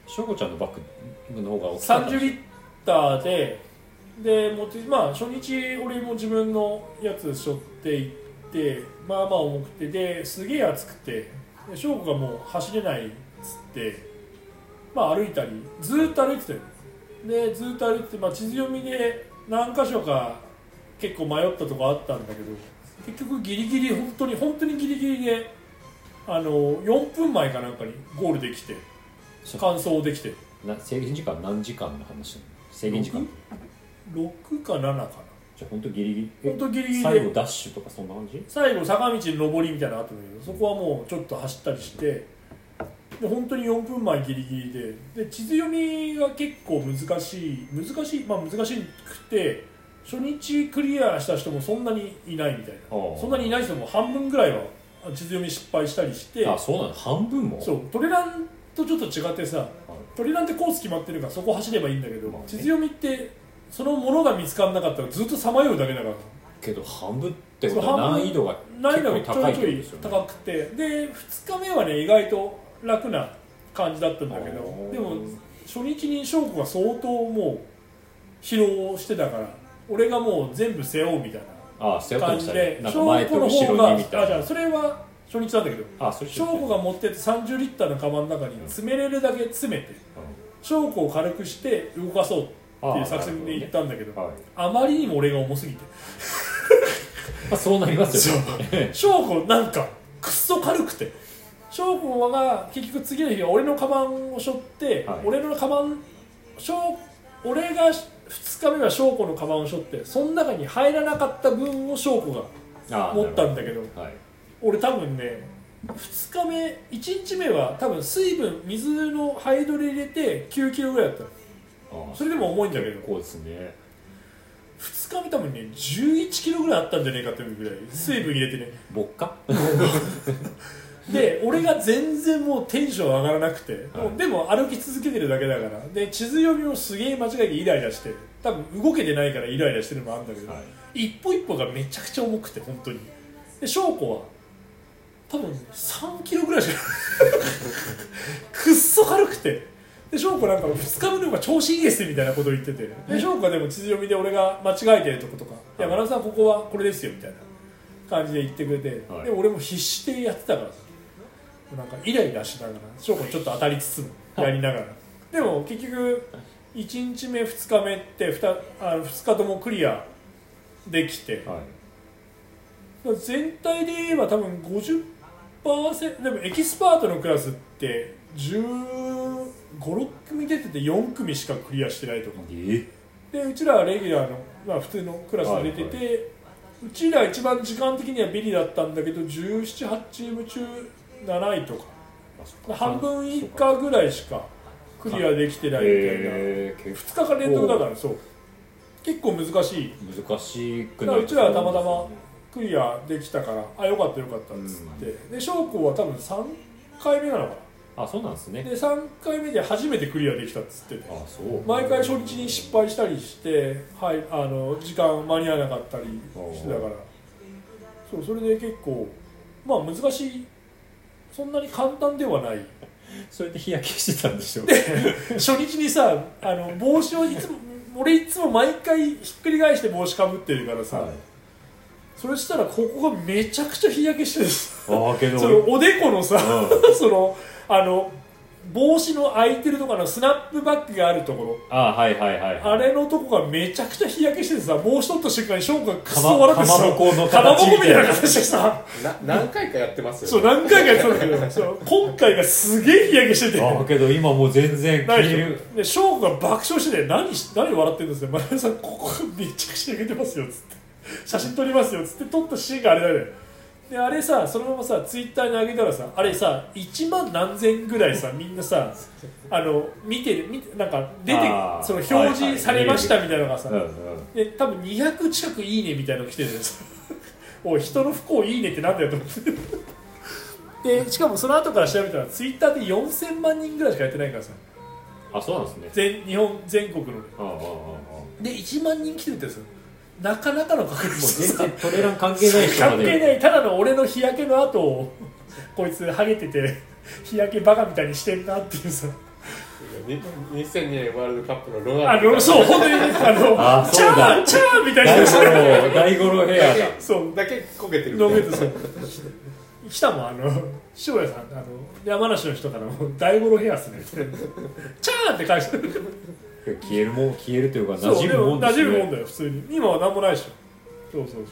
Speaker 1: しょうこちゃんのバッグの方が大きかったん
Speaker 2: 30
Speaker 1: です
Speaker 2: リ
Speaker 1: よ
Speaker 2: ッターでで持ってまあ初日俺も自分のやつ背負っていってまあまあ重くてですげえ暑くてで翔子がもう走れないっつってまあ歩いたりずーっと歩いてたよでずーっと歩いてて、まあ、地図読みで何箇所か結構迷ったとこあったんだけど結局ギリギリ本当に本当にギリギリであの4分前かなんかにゴールできて
Speaker 1: そう
Speaker 2: 完走できて
Speaker 1: な制限時間何時間の話なの制限時間
Speaker 2: 六6か7かな
Speaker 1: じゃあ本当ギリギリえ
Speaker 2: ほんとギリギリで
Speaker 1: 最後ダッシュとかそんな感じ
Speaker 2: 最後坂道の上りみたいなのあったんだけどそこはもうちょっと走ったりしてで本当に4分前ギリギリでで地図読みが結構難しい難しいまあ難しくて初日クリアした人もそんなにいないみたい
Speaker 1: あー
Speaker 2: なそんなにいない人も半分ぐらいは地図読み失敗したりして
Speaker 1: あそうなの半分も
Speaker 2: そうトレランとちょっと違ってさトレランってコース決まってるからそこ走ればいいんだけど、
Speaker 1: まあね
Speaker 2: 地図読みってそのものが見つからなかったらずっとさまようだけだから
Speaker 1: けど半分ってことは
Speaker 2: そう半分
Speaker 1: 難易度が
Speaker 2: 難易度が
Speaker 1: 結
Speaker 2: ち
Speaker 1: 構
Speaker 2: ょ
Speaker 1: 高いっ
Speaker 2: い
Speaker 1: てこ
Speaker 2: ちょ
Speaker 1: と
Speaker 2: い
Speaker 1: ですよね
Speaker 2: 高くてで2日目はね意外と楽な感じだったんだけ
Speaker 1: あ
Speaker 2: ど
Speaker 1: ー
Speaker 2: でも初日に翔子が相当もう疲労してたから俺がもう全部背負うみたい
Speaker 1: ああ背
Speaker 2: な
Speaker 1: 負って
Speaker 2: 感
Speaker 1: まし
Speaker 2: じ
Speaker 1: たね
Speaker 2: で
Speaker 1: なんか
Speaker 2: 翔
Speaker 1: 前
Speaker 2: 子
Speaker 1: と
Speaker 2: の方
Speaker 1: 後
Speaker 2: が
Speaker 1: ろ
Speaker 2: あ
Speaker 1: にみ
Speaker 2: じ
Speaker 1: たい
Speaker 2: ゃあ
Speaker 1: な
Speaker 2: それは初日なんだけど
Speaker 1: あそれ
Speaker 2: 翔子が持ってて30リッターのカバンの中に詰めれるだけ詰めて翔子を軽くして動かそうっていう作戦で行ったんだけど
Speaker 1: うんはい
Speaker 2: あまりにも俺が重すぎて
Speaker 1: まあそうなりますよね
Speaker 2: 翔子なんかくっそ軽くて翔子が結局次の日は俺のカバンを背負って、
Speaker 1: はい
Speaker 2: 俺のカバン翔俺が2日目は翔子のカバンを背負ってその中に入らなかった分を翔子が
Speaker 1: ああ
Speaker 2: 持ったんだけど
Speaker 1: はい
Speaker 2: 俺多分ね2日目1日目は多分水分水のハイドレ入れて9キロぐらいだったの
Speaker 1: ああ
Speaker 2: それでも重いんだけど
Speaker 1: こうですね
Speaker 2: 2日目多分ね11キロぐらいあったんじゃねえかっていうぐらい水分入れてね
Speaker 1: 牧歌
Speaker 2: で俺が全然もうテンション上がらなくて、
Speaker 1: はい
Speaker 2: でも歩き続けてるだけだからで地図読みをすげえ間違えてイライラして多分動けてないからイライラしてるのもあるんだけど、
Speaker 1: はい
Speaker 2: 一歩一歩がめちゃくちゃ重くて本当にで翔子は多分3キロぐらいしか くっそ軽くてで翔子なんか2日目の方が調子いいですみたいなことを言っててで翔子はでも地図読みで俺が間違えてるとことか「いや
Speaker 1: はい
Speaker 2: 真鍋さんここはこれですよ」みたいな感じで言ってくれて、
Speaker 1: はい
Speaker 2: で俺も必死でやってたからさなんかイライラしながら翔子にちょっと当たりつつもやりながらでも結局1日目2日目ってふたあの2日ともクリアできて、
Speaker 1: はい
Speaker 2: 全体で言えば多分50%でもエキスパートのクラスって1516組出てて4組しかクリアしてないとか
Speaker 1: え
Speaker 2: でうちらはレギュラーの、まあ、普通のクラスに出てて、
Speaker 1: は
Speaker 2: うちら一番時間的にはビリだったんだけど178チーム中7位とか
Speaker 1: あそっか
Speaker 2: 半分以下ぐらいしかクリアできてないみたいな、
Speaker 1: えー結
Speaker 2: 2日間連続だからそう結構難しい
Speaker 1: 構難しく
Speaker 2: だ
Speaker 1: な
Speaker 2: から
Speaker 1: いう
Speaker 2: ちらはたまたまクリアできたからあよかったよかったっつって、で翔子は多分3回目なのか
Speaker 1: あそうなんです
Speaker 2: な
Speaker 1: ね
Speaker 2: で3回目で初めてクリアできたっつってて
Speaker 1: あそう
Speaker 2: 毎回初日に失敗したりして、はい、あの時間間に合わなかったりしてたからそうそれで結構まあ難しいそんなに簡単ではない
Speaker 1: それで日焼けしてたんで しょ
Speaker 2: 初日にさあの帽子をいつも俺いつも毎回ひっくり返して帽子かぶってるからさ、
Speaker 1: はい
Speaker 2: それしたらここがめちゃくちゃ日焼けしてる
Speaker 1: ああけど
Speaker 2: そのおでこのさ、
Speaker 1: う
Speaker 2: そのあの帽子の空いてるところのスナップバックがあるところ
Speaker 1: ああはいはいはいはい
Speaker 2: あれのとこがめちゃくちゃ日焼けしててさ帽子取った瞬間にショーンがク
Speaker 1: か
Speaker 2: ソ
Speaker 1: ま
Speaker 2: 笑っ
Speaker 1: か
Speaker 2: て
Speaker 1: ま
Speaker 2: さ
Speaker 1: ぼこの
Speaker 2: かまぼ
Speaker 1: 形
Speaker 2: こみたいな形でさ
Speaker 3: な何回かやってます
Speaker 2: そう
Speaker 3: よね
Speaker 2: 何回かやってたんだけどそう今回がすげえ日焼けしてて
Speaker 1: ああけど今もう全然
Speaker 2: な
Speaker 1: 消
Speaker 2: い
Speaker 1: え
Speaker 2: でし
Speaker 1: る
Speaker 2: ょでショーンが爆笑してて何し何笑ってるんですよ丸山さんここがめちゃくちゃ焼けてますよっつって写真撮りますよっつって撮ったシーンがあれだよねであれさそのままさツイッターに上げたらさあれさ1万何千ぐらいさみんなさあの見てる見てなんか出て
Speaker 1: あー
Speaker 2: その表
Speaker 1: はいはい
Speaker 2: 示されましたみたいなのがさ、
Speaker 1: うんうん
Speaker 2: で多分200近く「いいね」 みたいなの来てるんですおい人の不幸いいねってなんだよと思ってでしかもその後から調べたらツイッターで4000万人ぐらいしかやってないからさ
Speaker 1: あそうなんですね
Speaker 2: 全日本全国のね
Speaker 1: ああああああ
Speaker 2: で1万人来てるってやつなかなかの確
Speaker 1: もう
Speaker 2: 率
Speaker 1: 全
Speaker 2: さ
Speaker 1: 然トレラン関係ない人ま
Speaker 2: 関係
Speaker 1: で
Speaker 2: ないただの俺の日焼けの後をこいつハゲてて日焼けバカみたいにしてんなっていうさ
Speaker 3: に2002年ワールドカップのロナ
Speaker 2: あ
Speaker 3: ウド
Speaker 2: のそう本当にあの
Speaker 1: あ
Speaker 2: チ
Speaker 1: そう
Speaker 2: ャ
Speaker 1: だ
Speaker 2: ーチャーみたい
Speaker 1: 大
Speaker 2: な
Speaker 1: 五郎大五郎ヘアだ
Speaker 2: そう
Speaker 3: だけこけてる
Speaker 2: ノーベルさん来たもんあの塩谷さんあの山梨の人からも「大五郎ヘアっすね」チャーって返して
Speaker 1: 消えるもん消えるというか
Speaker 2: そう
Speaker 1: 馴染むもんです
Speaker 2: でも馴染むもん
Speaker 1: ね
Speaker 2: だよ普通に今は何もないでしょそうそうそ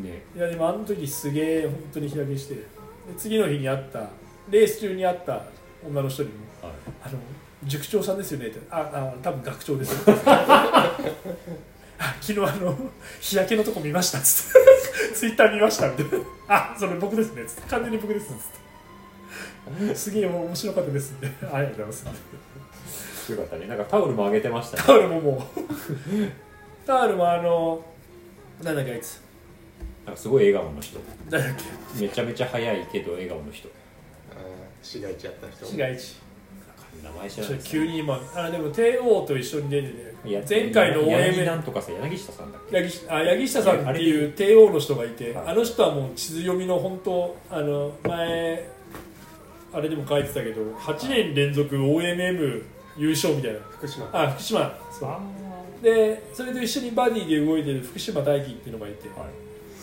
Speaker 2: う
Speaker 1: ね
Speaker 2: いやでもあの時すげえ本当に日焼けして次の日に会ったレース中に会った女の人にも
Speaker 4: はい
Speaker 2: 「あの塾長さんですよね」って「ああ多分学長です」 あ昨日あの日焼けのとこ見ました」っつって「 ツイッター見ました」みたいな「あそれ僕ですね」っつって「完全に僕です」っつって「すげえ面白かったです」って「ありがとうございます」
Speaker 1: よかったねなんかタオルもあげてましたね
Speaker 2: タオル ももうタオルもあのなんだっけあいつ
Speaker 1: なんかすごい笑顔の人
Speaker 2: 誰だっ
Speaker 1: めちゃめちゃ早いけど笑顔の人
Speaker 3: 市街地やった人
Speaker 2: け市街地
Speaker 1: 名前知
Speaker 2: ち
Speaker 1: ら
Speaker 2: ょっ
Speaker 1: な
Speaker 2: と
Speaker 1: いです
Speaker 2: 急に今あでも帝王と一緒に出て
Speaker 1: いや
Speaker 2: て前回の
Speaker 1: 柳なん
Speaker 2: OM
Speaker 1: とかさ柳下さんだっけ
Speaker 2: 八木あ八木下さんっていう帝王の人がいて
Speaker 1: はい
Speaker 2: あの人はもう地図読みの本当あの前あれでも書いてたけど8年連続 OMM 優勝みたいな
Speaker 3: 福島
Speaker 2: あ福島
Speaker 1: あ
Speaker 2: でそれと一緒にバディで動いてる福島大輝っていうのがいて
Speaker 1: ーはい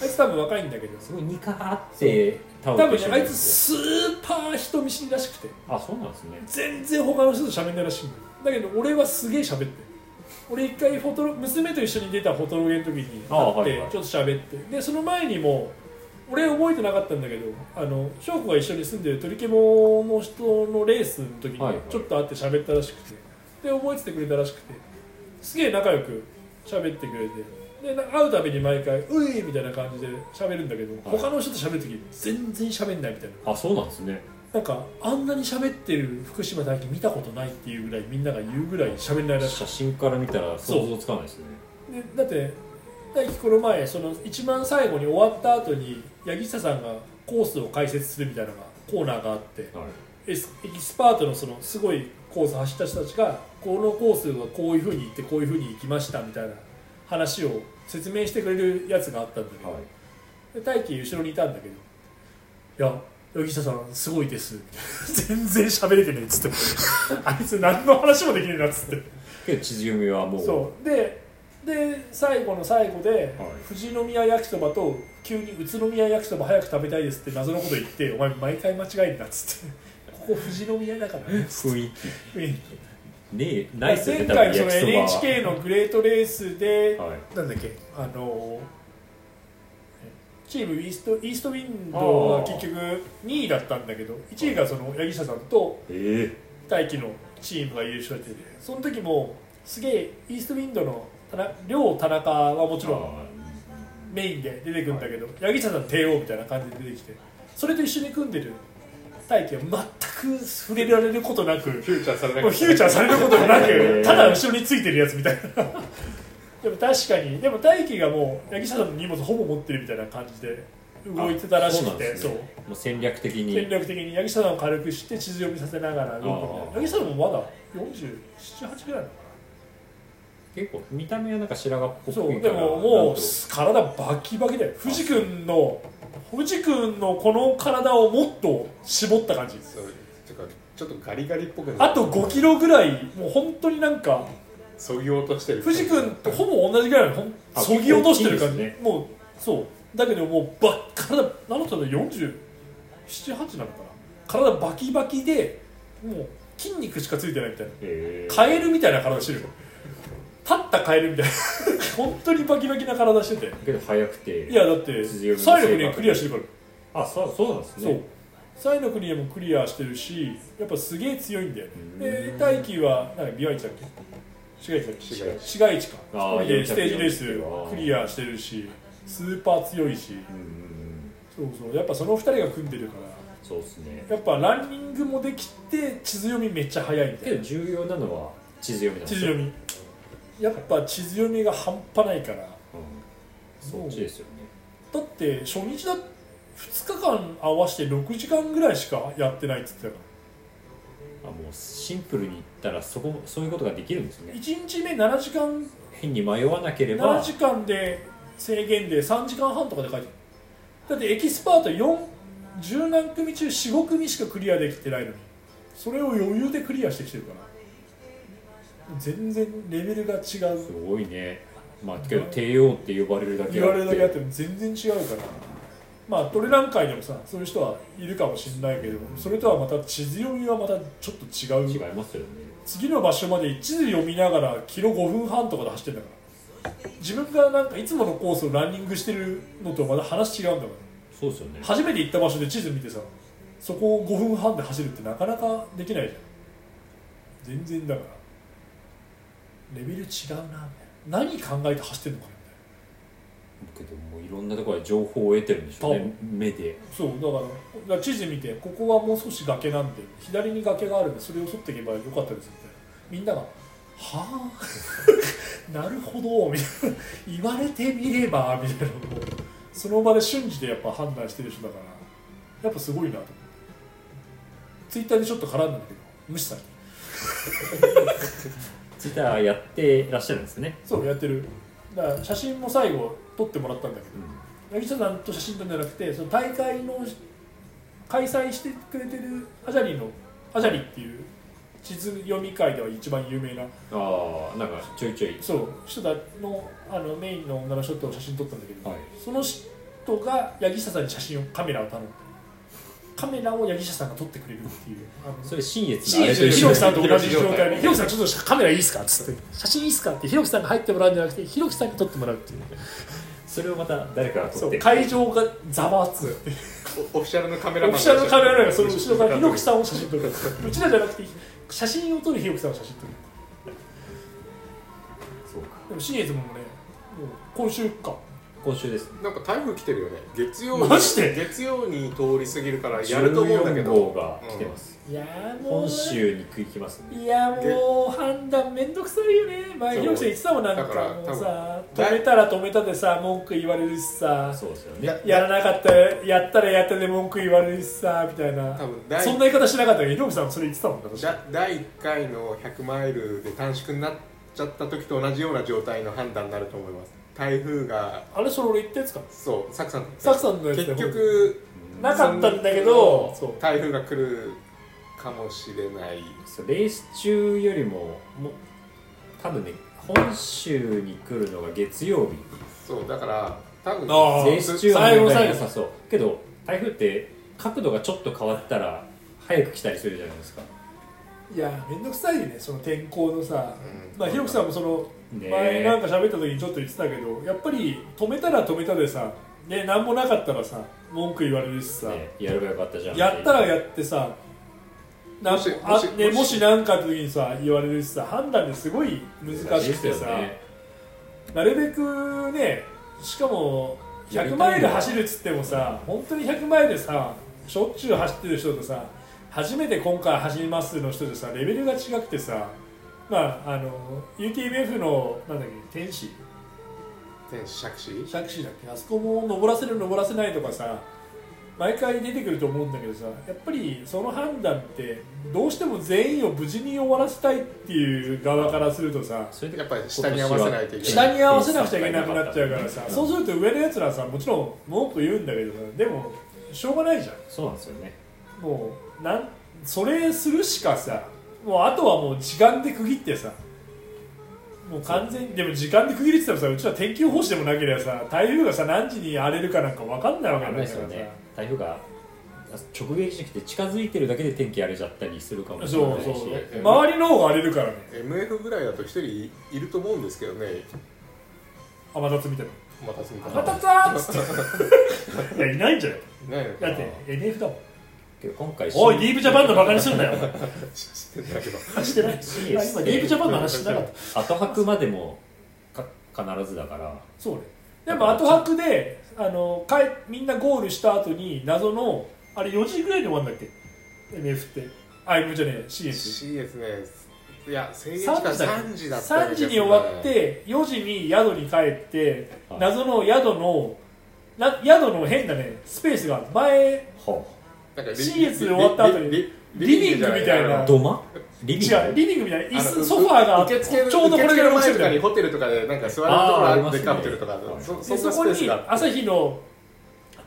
Speaker 2: あいつ多分若いんだけど
Speaker 1: すごいニカーってタオ
Speaker 2: 多
Speaker 1: ルと
Speaker 2: 分
Speaker 1: 一
Speaker 2: ね
Speaker 1: 緒に
Speaker 2: あいつスーパー人見知りらしくて
Speaker 1: あそうなんですね
Speaker 2: 全然他の人と喋んないらしいんだよだけど俺はすげえ喋って俺一回フォトロ娘と一緒に出たフォトロゲの時に
Speaker 1: ああはい
Speaker 2: 会っ
Speaker 1: はい
Speaker 2: てちょっと喋ってでその前にも俺覚えてなかったんだけどあの翔子が一緒に住んでる鳥獣の人のレースの時に
Speaker 1: はいはい
Speaker 2: ちょっと会って喋ったらしくてで覚えててくれたらしくてすげえ仲良く喋ってくれてでな会うたびに毎回「うい!」みたいな感じで喋るんだけど
Speaker 1: はい
Speaker 2: 他の人と喋る時全然喋んないみたいな。
Speaker 1: あそうなんですね
Speaker 2: なんかあんなに喋ってる福島大輝見たことないっていうぐらいみんなが言うぐらい喋んないらし
Speaker 1: 写真から見たら想像つかないですね
Speaker 2: いでだって大輝この前その一番最後に終わった後に柳下さんがコースを解説するみたいなのがコーナーがあって
Speaker 1: はい
Speaker 2: エスエキスパートのそのすごいコース走った人たちがこのコースはこういうふうに行ってこういうふうに行きましたみたいな話を説明してくれるやつがあったんだけど、
Speaker 1: はい
Speaker 2: で大輝後ろにいたんだけど「いや柳下さんすごいです」 全然喋れてねえ」っつって 「あいつ何の話もできねえな」っつって
Speaker 1: けど地図読みはもう
Speaker 2: そうでで最後の最後で、
Speaker 1: はい
Speaker 2: 富士宮焼きそばと急に宇都宮焼きそば早く食べたいですって謎のこと言って「お前毎回間違えんな」っつって 「ここ富士宮だからね」
Speaker 1: 雰囲
Speaker 2: うん
Speaker 1: 気ねえないっすよ
Speaker 2: 前
Speaker 1: ね
Speaker 2: 回その
Speaker 1: 焼きそばは
Speaker 2: NHK のグレートレースで、
Speaker 1: はい
Speaker 2: なんだっけあのチームイーストイーストウィンドは結局2位だったんだけど1位がその八木下さんと
Speaker 1: ええ
Speaker 2: 大輝のチームが優勝しててその時もすげえイーストウィンドの田中両田中はもちろん
Speaker 1: あ
Speaker 2: メインで出てくるんだけど八木下さん帝王みたいな感じで出てきてそれと一緒に組んでる大輝は全く触れられることなく
Speaker 3: フューチャーされな
Speaker 2: も
Speaker 3: か
Speaker 2: う
Speaker 3: っ
Speaker 2: フューチャーされることもな
Speaker 1: へ
Speaker 2: く
Speaker 1: ー
Speaker 2: ただ後ろについてるやつみたいな でも確かにでも大輝がもう八木下さんの荷物ほぼ持ってるみたいな感じで動いてたらしくて
Speaker 1: あ
Speaker 2: そ,、
Speaker 1: そううなんですもう戦略的に
Speaker 2: 戦略的に八木下さんを軽くして地図読みさせながら動くみたいな八木下さんもまだ478ぐらいなの
Speaker 1: 結構見た目はなんか白髪っぽく
Speaker 2: そう
Speaker 1: て
Speaker 2: でももう体バキバキだよ藤君の藤君のこの体をもっと絞った感じ
Speaker 3: たそうてかちょっとガリガリっぽくなる
Speaker 2: あと5キロぐらいもう本当になんか
Speaker 3: そぎ落としてる
Speaker 2: 藤君とほぼ同じぐらいのほん
Speaker 1: あ
Speaker 2: そぎ落としてる感
Speaker 1: 結構大
Speaker 2: じ、
Speaker 1: きいです
Speaker 2: もうそうだけどもうばっ体あの人の478なのかな体バキバキでもう筋肉しかついてないみたいな
Speaker 1: ええ
Speaker 2: カエルみたいな体してるよ立ったカエルみたいな 本当にバキバキな体してて
Speaker 1: けど早くて
Speaker 2: いやだって
Speaker 1: 辻寄りの
Speaker 2: サイの国はクリアしてるから、
Speaker 1: あそうそうなんですね
Speaker 2: そうサイの国はもうクリアしてるしやっぱすげえ強いんだよね
Speaker 1: うん
Speaker 2: で大輝はなんか美容市だっけ市街地だっけ
Speaker 3: 市街
Speaker 2: 市街地か
Speaker 1: あー
Speaker 2: 一人でステージ
Speaker 1: 四
Speaker 2: レー
Speaker 1: 百四
Speaker 2: ス
Speaker 1: 十
Speaker 2: クリアしてるしスーパー強いし
Speaker 1: うんうんうん
Speaker 2: そうそうやっぱその2人が組んでるか
Speaker 1: そうですね
Speaker 2: らやっぱランニングもできて地図読みめっちゃ早いみた
Speaker 1: け
Speaker 2: い
Speaker 1: ど
Speaker 2: な
Speaker 1: 重要なのは地図読みなん
Speaker 2: 地
Speaker 1: で
Speaker 2: 図
Speaker 1: すよ
Speaker 2: 読みやっぱ地図読みが半端ないから
Speaker 1: うんそっちですよね
Speaker 2: だって初日だ2日間合わせて6時間ぐらいしかやってないって言って
Speaker 1: あもうシンプルに言ったらそこそういうことができるんです
Speaker 2: たから
Speaker 1: ね
Speaker 2: 1日目7時間
Speaker 1: 変に迷わなければ
Speaker 2: 7時間で制限で3時間半とかで書いてあるだってエキスパート4十何組中45組しかクリアできてないのにそれを余裕でクリアしてきてるから全然レベルが違
Speaker 1: す
Speaker 2: う
Speaker 1: ごいねまあけど帝王って呼ばれるだけ
Speaker 2: 言われるだけあっても全然違うからまあトレラン界でもさそういう人はいるかもしれないけどそれとはまた地図読みはまたちょっと違う
Speaker 1: 違いますよね
Speaker 2: 次の場所まで地図読みながらキロ5分半とかで走ってんだから自分がなんかいつものコースをランニングしてるのとまた話違うんだから
Speaker 1: そうですよね
Speaker 2: 初めて行った場所で地図見てさそこを5分半で走るってなかなかできないじゃん全然だからレベル違うなみたいな何考えて走ってんのかなみた
Speaker 1: け
Speaker 2: い
Speaker 1: どもういろんなところで情報を得てるんでしょう
Speaker 2: 多
Speaker 1: ね目で
Speaker 2: なそうだからだから地図見てここはもう少し崖なんで左に崖があるんでそれを沿っていけばよかったですみたいなみんなが「はあ なるほど」みたいな言われてみればみたいなもうその場で瞬時でやっぱ判断してる人だからやっぱすごいなと思ってツイッターでちょっと絡んだんだけど無視されて
Speaker 1: ツイッターやってらっしゃるんですね
Speaker 2: そうやってるだから写真も最後撮ってもらったんだけど
Speaker 1: う
Speaker 2: 八木下さんと写真撮るんじゃなくてその大会の開催してくれてるアジャリのアジャリっていう地図読み会では一番有名なん
Speaker 1: ああなんかちょいちょい
Speaker 2: そう人だのあのメインの女の人と写真撮ったんだけど、
Speaker 1: はい
Speaker 2: その人が八木下さんに写真をカメラを頼んでカメラを八木下さんが撮ってくれるっていうあの
Speaker 1: それ新越の
Speaker 2: 新
Speaker 1: あれ
Speaker 2: 内
Speaker 1: と
Speaker 2: で
Speaker 1: 一
Speaker 2: ひ
Speaker 1: 緒で
Speaker 2: ろき
Speaker 1: す
Speaker 2: さんと同じ状態
Speaker 3: ひ
Speaker 2: で「ひ
Speaker 3: ろきさん
Speaker 2: ろきさんちょっとカメラいいですか?」っつって「写真いいっすか?」ってひろきさんが入ってもらうんじゃなくてひろきさんに撮ってもらうっていう
Speaker 1: それをまた誰かが
Speaker 2: そ
Speaker 1: 撮っ
Speaker 2: う
Speaker 1: て
Speaker 2: 会場がざわつく
Speaker 3: オフィシャルのカメ
Speaker 2: オ
Speaker 3: ラ
Speaker 2: フ
Speaker 3: マン
Speaker 2: ィシャルのカメラマンがその後ろからひろき
Speaker 3: ん
Speaker 2: さんを写真撮るうちらじゃなくて写真を撮るひろきさんを写真撮る
Speaker 1: そうか
Speaker 2: でも新越もねもう今週か
Speaker 1: 今週です
Speaker 3: なんか台風来てるよね月曜
Speaker 2: マジで
Speaker 3: 月曜に通り過ぎるからやると思うんだけ
Speaker 1: 14号
Speaker 3: ど
Speaker 1: が来てます
Speaker 2: いやもう
Speaker 1: 本州に行きますね
Speaker 2: いやもう判断めんどくさいよね前
Speaker 3: そう
Speaker 2: ひろきさん言ってたもんなんか
Speaker 3: だから
Speaker 2: もうさ
Speaker 3: 多分
Speaker 2: 止めたら止めたでさ文句言われるしさ
Speaker 1: そうですよ
Speaker 3: い
Speaker 1: ね
Speaker 3: や
Speaker 2: やらなかったらやったらやったで文句言われるしさみたいな
Speaker 3: 多分第
Speaker 2: そんな言い方してなかったけどひろきさんもそれ言ってたもんな確か
Speaker 3: だ第1回の100マイルで短縮になっちゃった時と同じような状態の判断になると思います台風が
Speaker 2: あれそれ俺言ったやつか
Speaker 3: そうサクさん
Speaker 2: サクさんのやつだよ
Speaker 3: 結局
Speaker 2: なかったんだけど
Speaker 3: その台風が来るかもしれない
Speaker 1: そうレース中よりももう多分ね本州に来るのが月曜日
Speaker 3: そうだから多分
Speaker 2: あー
Speaker 1: レース中は
Speaker 2: 最後
Speaker 1: 問題なさそうけど台風って角度がちょっと変わったら早く来たりするじゃないですか
Speaker 2: いやめんどくさいよねその天候のさ、
Speaker 3: うん
Speaker 2: まあひろきさんもその
Speaker 1: ねえ
Speaker 2: 前なんか喋った時にちょっと言ってたけどやっぱり止めたら止めたでさね何もなかったらさ文句言われるしさ、
Speaker 1: ねやればよかったじゃん
Speaker 2: やったら
Speaker 1: っ
Speaker 2: やってさなん
Speaker 3: もし
Speaker 2: あ
Speaker 3: もし
Speaker 2: ね、
Speaker 3: もし
Speaker 2: もし何かあった時にさ言われるしさ判断ですごい難しくてさ、なるべくねしかも
Speaker 1: やりたい
Speaker 2: 100
Speaker 1: んだ
Speaker 2: マイル走るっつってもさ本当に100マイルでさしょっちゅう走ってる人とさ初めて今回走りますの人でさレベルが違くてさまああの UTMF のなんだっけ天使
Speaker 3: 天使釈子
Speaker 2: タクシーだっけあそこも登らせる登らせないとかさ毎回出てくると思うんだけどさやっぱりその判断ってどうしても全員を無事に終わらせたいっていう側からするとさ
Speaker 1: それで
Speaker 3: やっぱり下に合わせないといけない
Speaker 2: 下に合わせなくちゃいけなくなっちゃうからさそうすると上のやつらさもちろん文句言うんだけどさでもしょうがないじゃ
Speaker 1: そうなんですよね
Speaker 2: んもうなんそれするしかさもうあとはもう時間で区切ってさもう完全にでも時間で区切れてたらさうちは天気予報士でもなければさ台風がさ何時に荒れるかなんか分かんないわけ
Speaker 1: 危
Speaker 2: なん
Speaker 1: ないで
Speaker 2: だ
Speaker 1: す
Speaker 2: か
Speaker 1: よ
Speaker 2: らさ
Speaker 1: ね台風が直撃してきて近づいてるだけで天気荒れちゃったりするかもしれ
Speaker 2: そ
Speaker 1: な
Speaker 2: う
Speaker 1: いし
Speaker 2: そう
Speaker 3: ね
Speaker 2: 周りの方が荒れるからね
Speaker 3: MF ぐらいだと一人いいると思うんですけどね
Speaker 2: 天達みたいな
Speaker 3: またすみ
Speaker 2: 天達っつって いやいないんじゃない
Speaker 3: ね
Speaker 2: だって NF だもん
Speaker 1: けど今回
Speaker 2: おいディープジャパンのバカにするんだよ
Speaker 3: 知ってん だけど
Speaker 2: してない
Speaker 1: し
Speaker 2: あ今ディープジャパンの話しなかった
Speaker 1: 後泊までもか必ずだから
Speaker 2: そうねやっぱ後泊であの帰みんなゴールした後に謎のあれ4時ぐらいに終わるんだっけ NF ってあいもじゃねえ CS
Speaker 3: しいですねいや制限時間3時だったような
Speaker 2: 3
Speaker 3: 気がす
Speaker 2: 時
Speaker 3: る
Speaker 2: に終わって4時に宿に帰って
Speaker 1: はい
Speaker 2: 謎の宿のな宿の変なねスペースがある前
Speaker 1: は
Speaker 3: なんかリ
Speaker 2: シーズン終わった後に
Speaker 3: リ
Speaker 2: リリビングみたいな
Speaker 1: あ土間リビング
Speaker 2: 違うリビングみたいな椅
Speaker 3: あ
Speaker 2: 子
Speaker 3: の
Speaker 2: ソファーが
Speaker 3: 受付の
Speaker 2: ちょうどこれぐらいの大き
Speaker 3: 受付の前
Speaker 2: さだ
Speaker 3: とか
Speaker 2: よ
Speaker 3: にホテルとかでなんか座るところ
Speaker 1: あ
Speaker 3: あ
Speaker 1: ーありま
Speaker 3: る
Speaker 1: す
Speaker 3: で
Speaker 1: ね
Speaker 3: カプセルとか
Speaker 1: はい
Speaker 3: そそ
Speaker 2: で
Speaker 3: んな
Speaker 2: そ
Speaker 3: ス
Speaker 2: こ
Speaker 3: ペース
Speaker 2: に
Speaker 3: があって
Speaker 2: 朝日の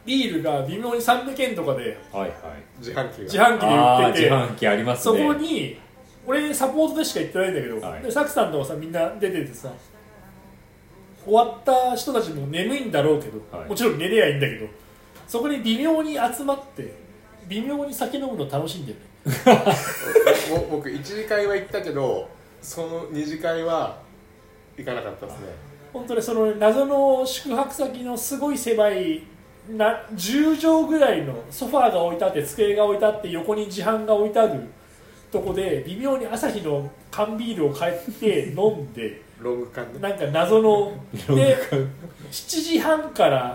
Speaker 2: ビールが微妙に300円とかで
Speaker 1: はいはい
Speaker 3: 自販機が
Speaker 2: 自販機
Speaker 1: あ
Speaker 2: で売
Speaker 1: あ
Speaker 2: っ
Speaker 1: ー
Speaker 2: て
Speaker 1: 自
Speaker 2: て
Speaker 1: 販機あります
Speaker 2: そ
Speaker 1: ね
Speaker 2: こに俺サポートでしか行ってないんだけど、
Speaker 1: はい
Speaker 2: でサクさんとかさみんな出ててさ終わった人たちも眠いんだろうけど、
Speaker 1: はい
Speaker 2: もちろん寝れやいいんだけどそこに微妙に集まって微妙に酒飲むの楽しいんだよね
Speaker 3: ぼ僕一次会は行ったけどその二次会は行かなかったですね
Speaker 2: 本当にその謎の宿泊先のすごい狭いな10畳ぐらいのソファーが置いてあって机が置いてあって横に自販が置いてあるとこで微妙に朝日の缶ビールを買って飲んで
Speaker 3: ロング缶ね
Speaker 2: なんか謎の
Speaker 1: ロング
Speaker 2: で7時半から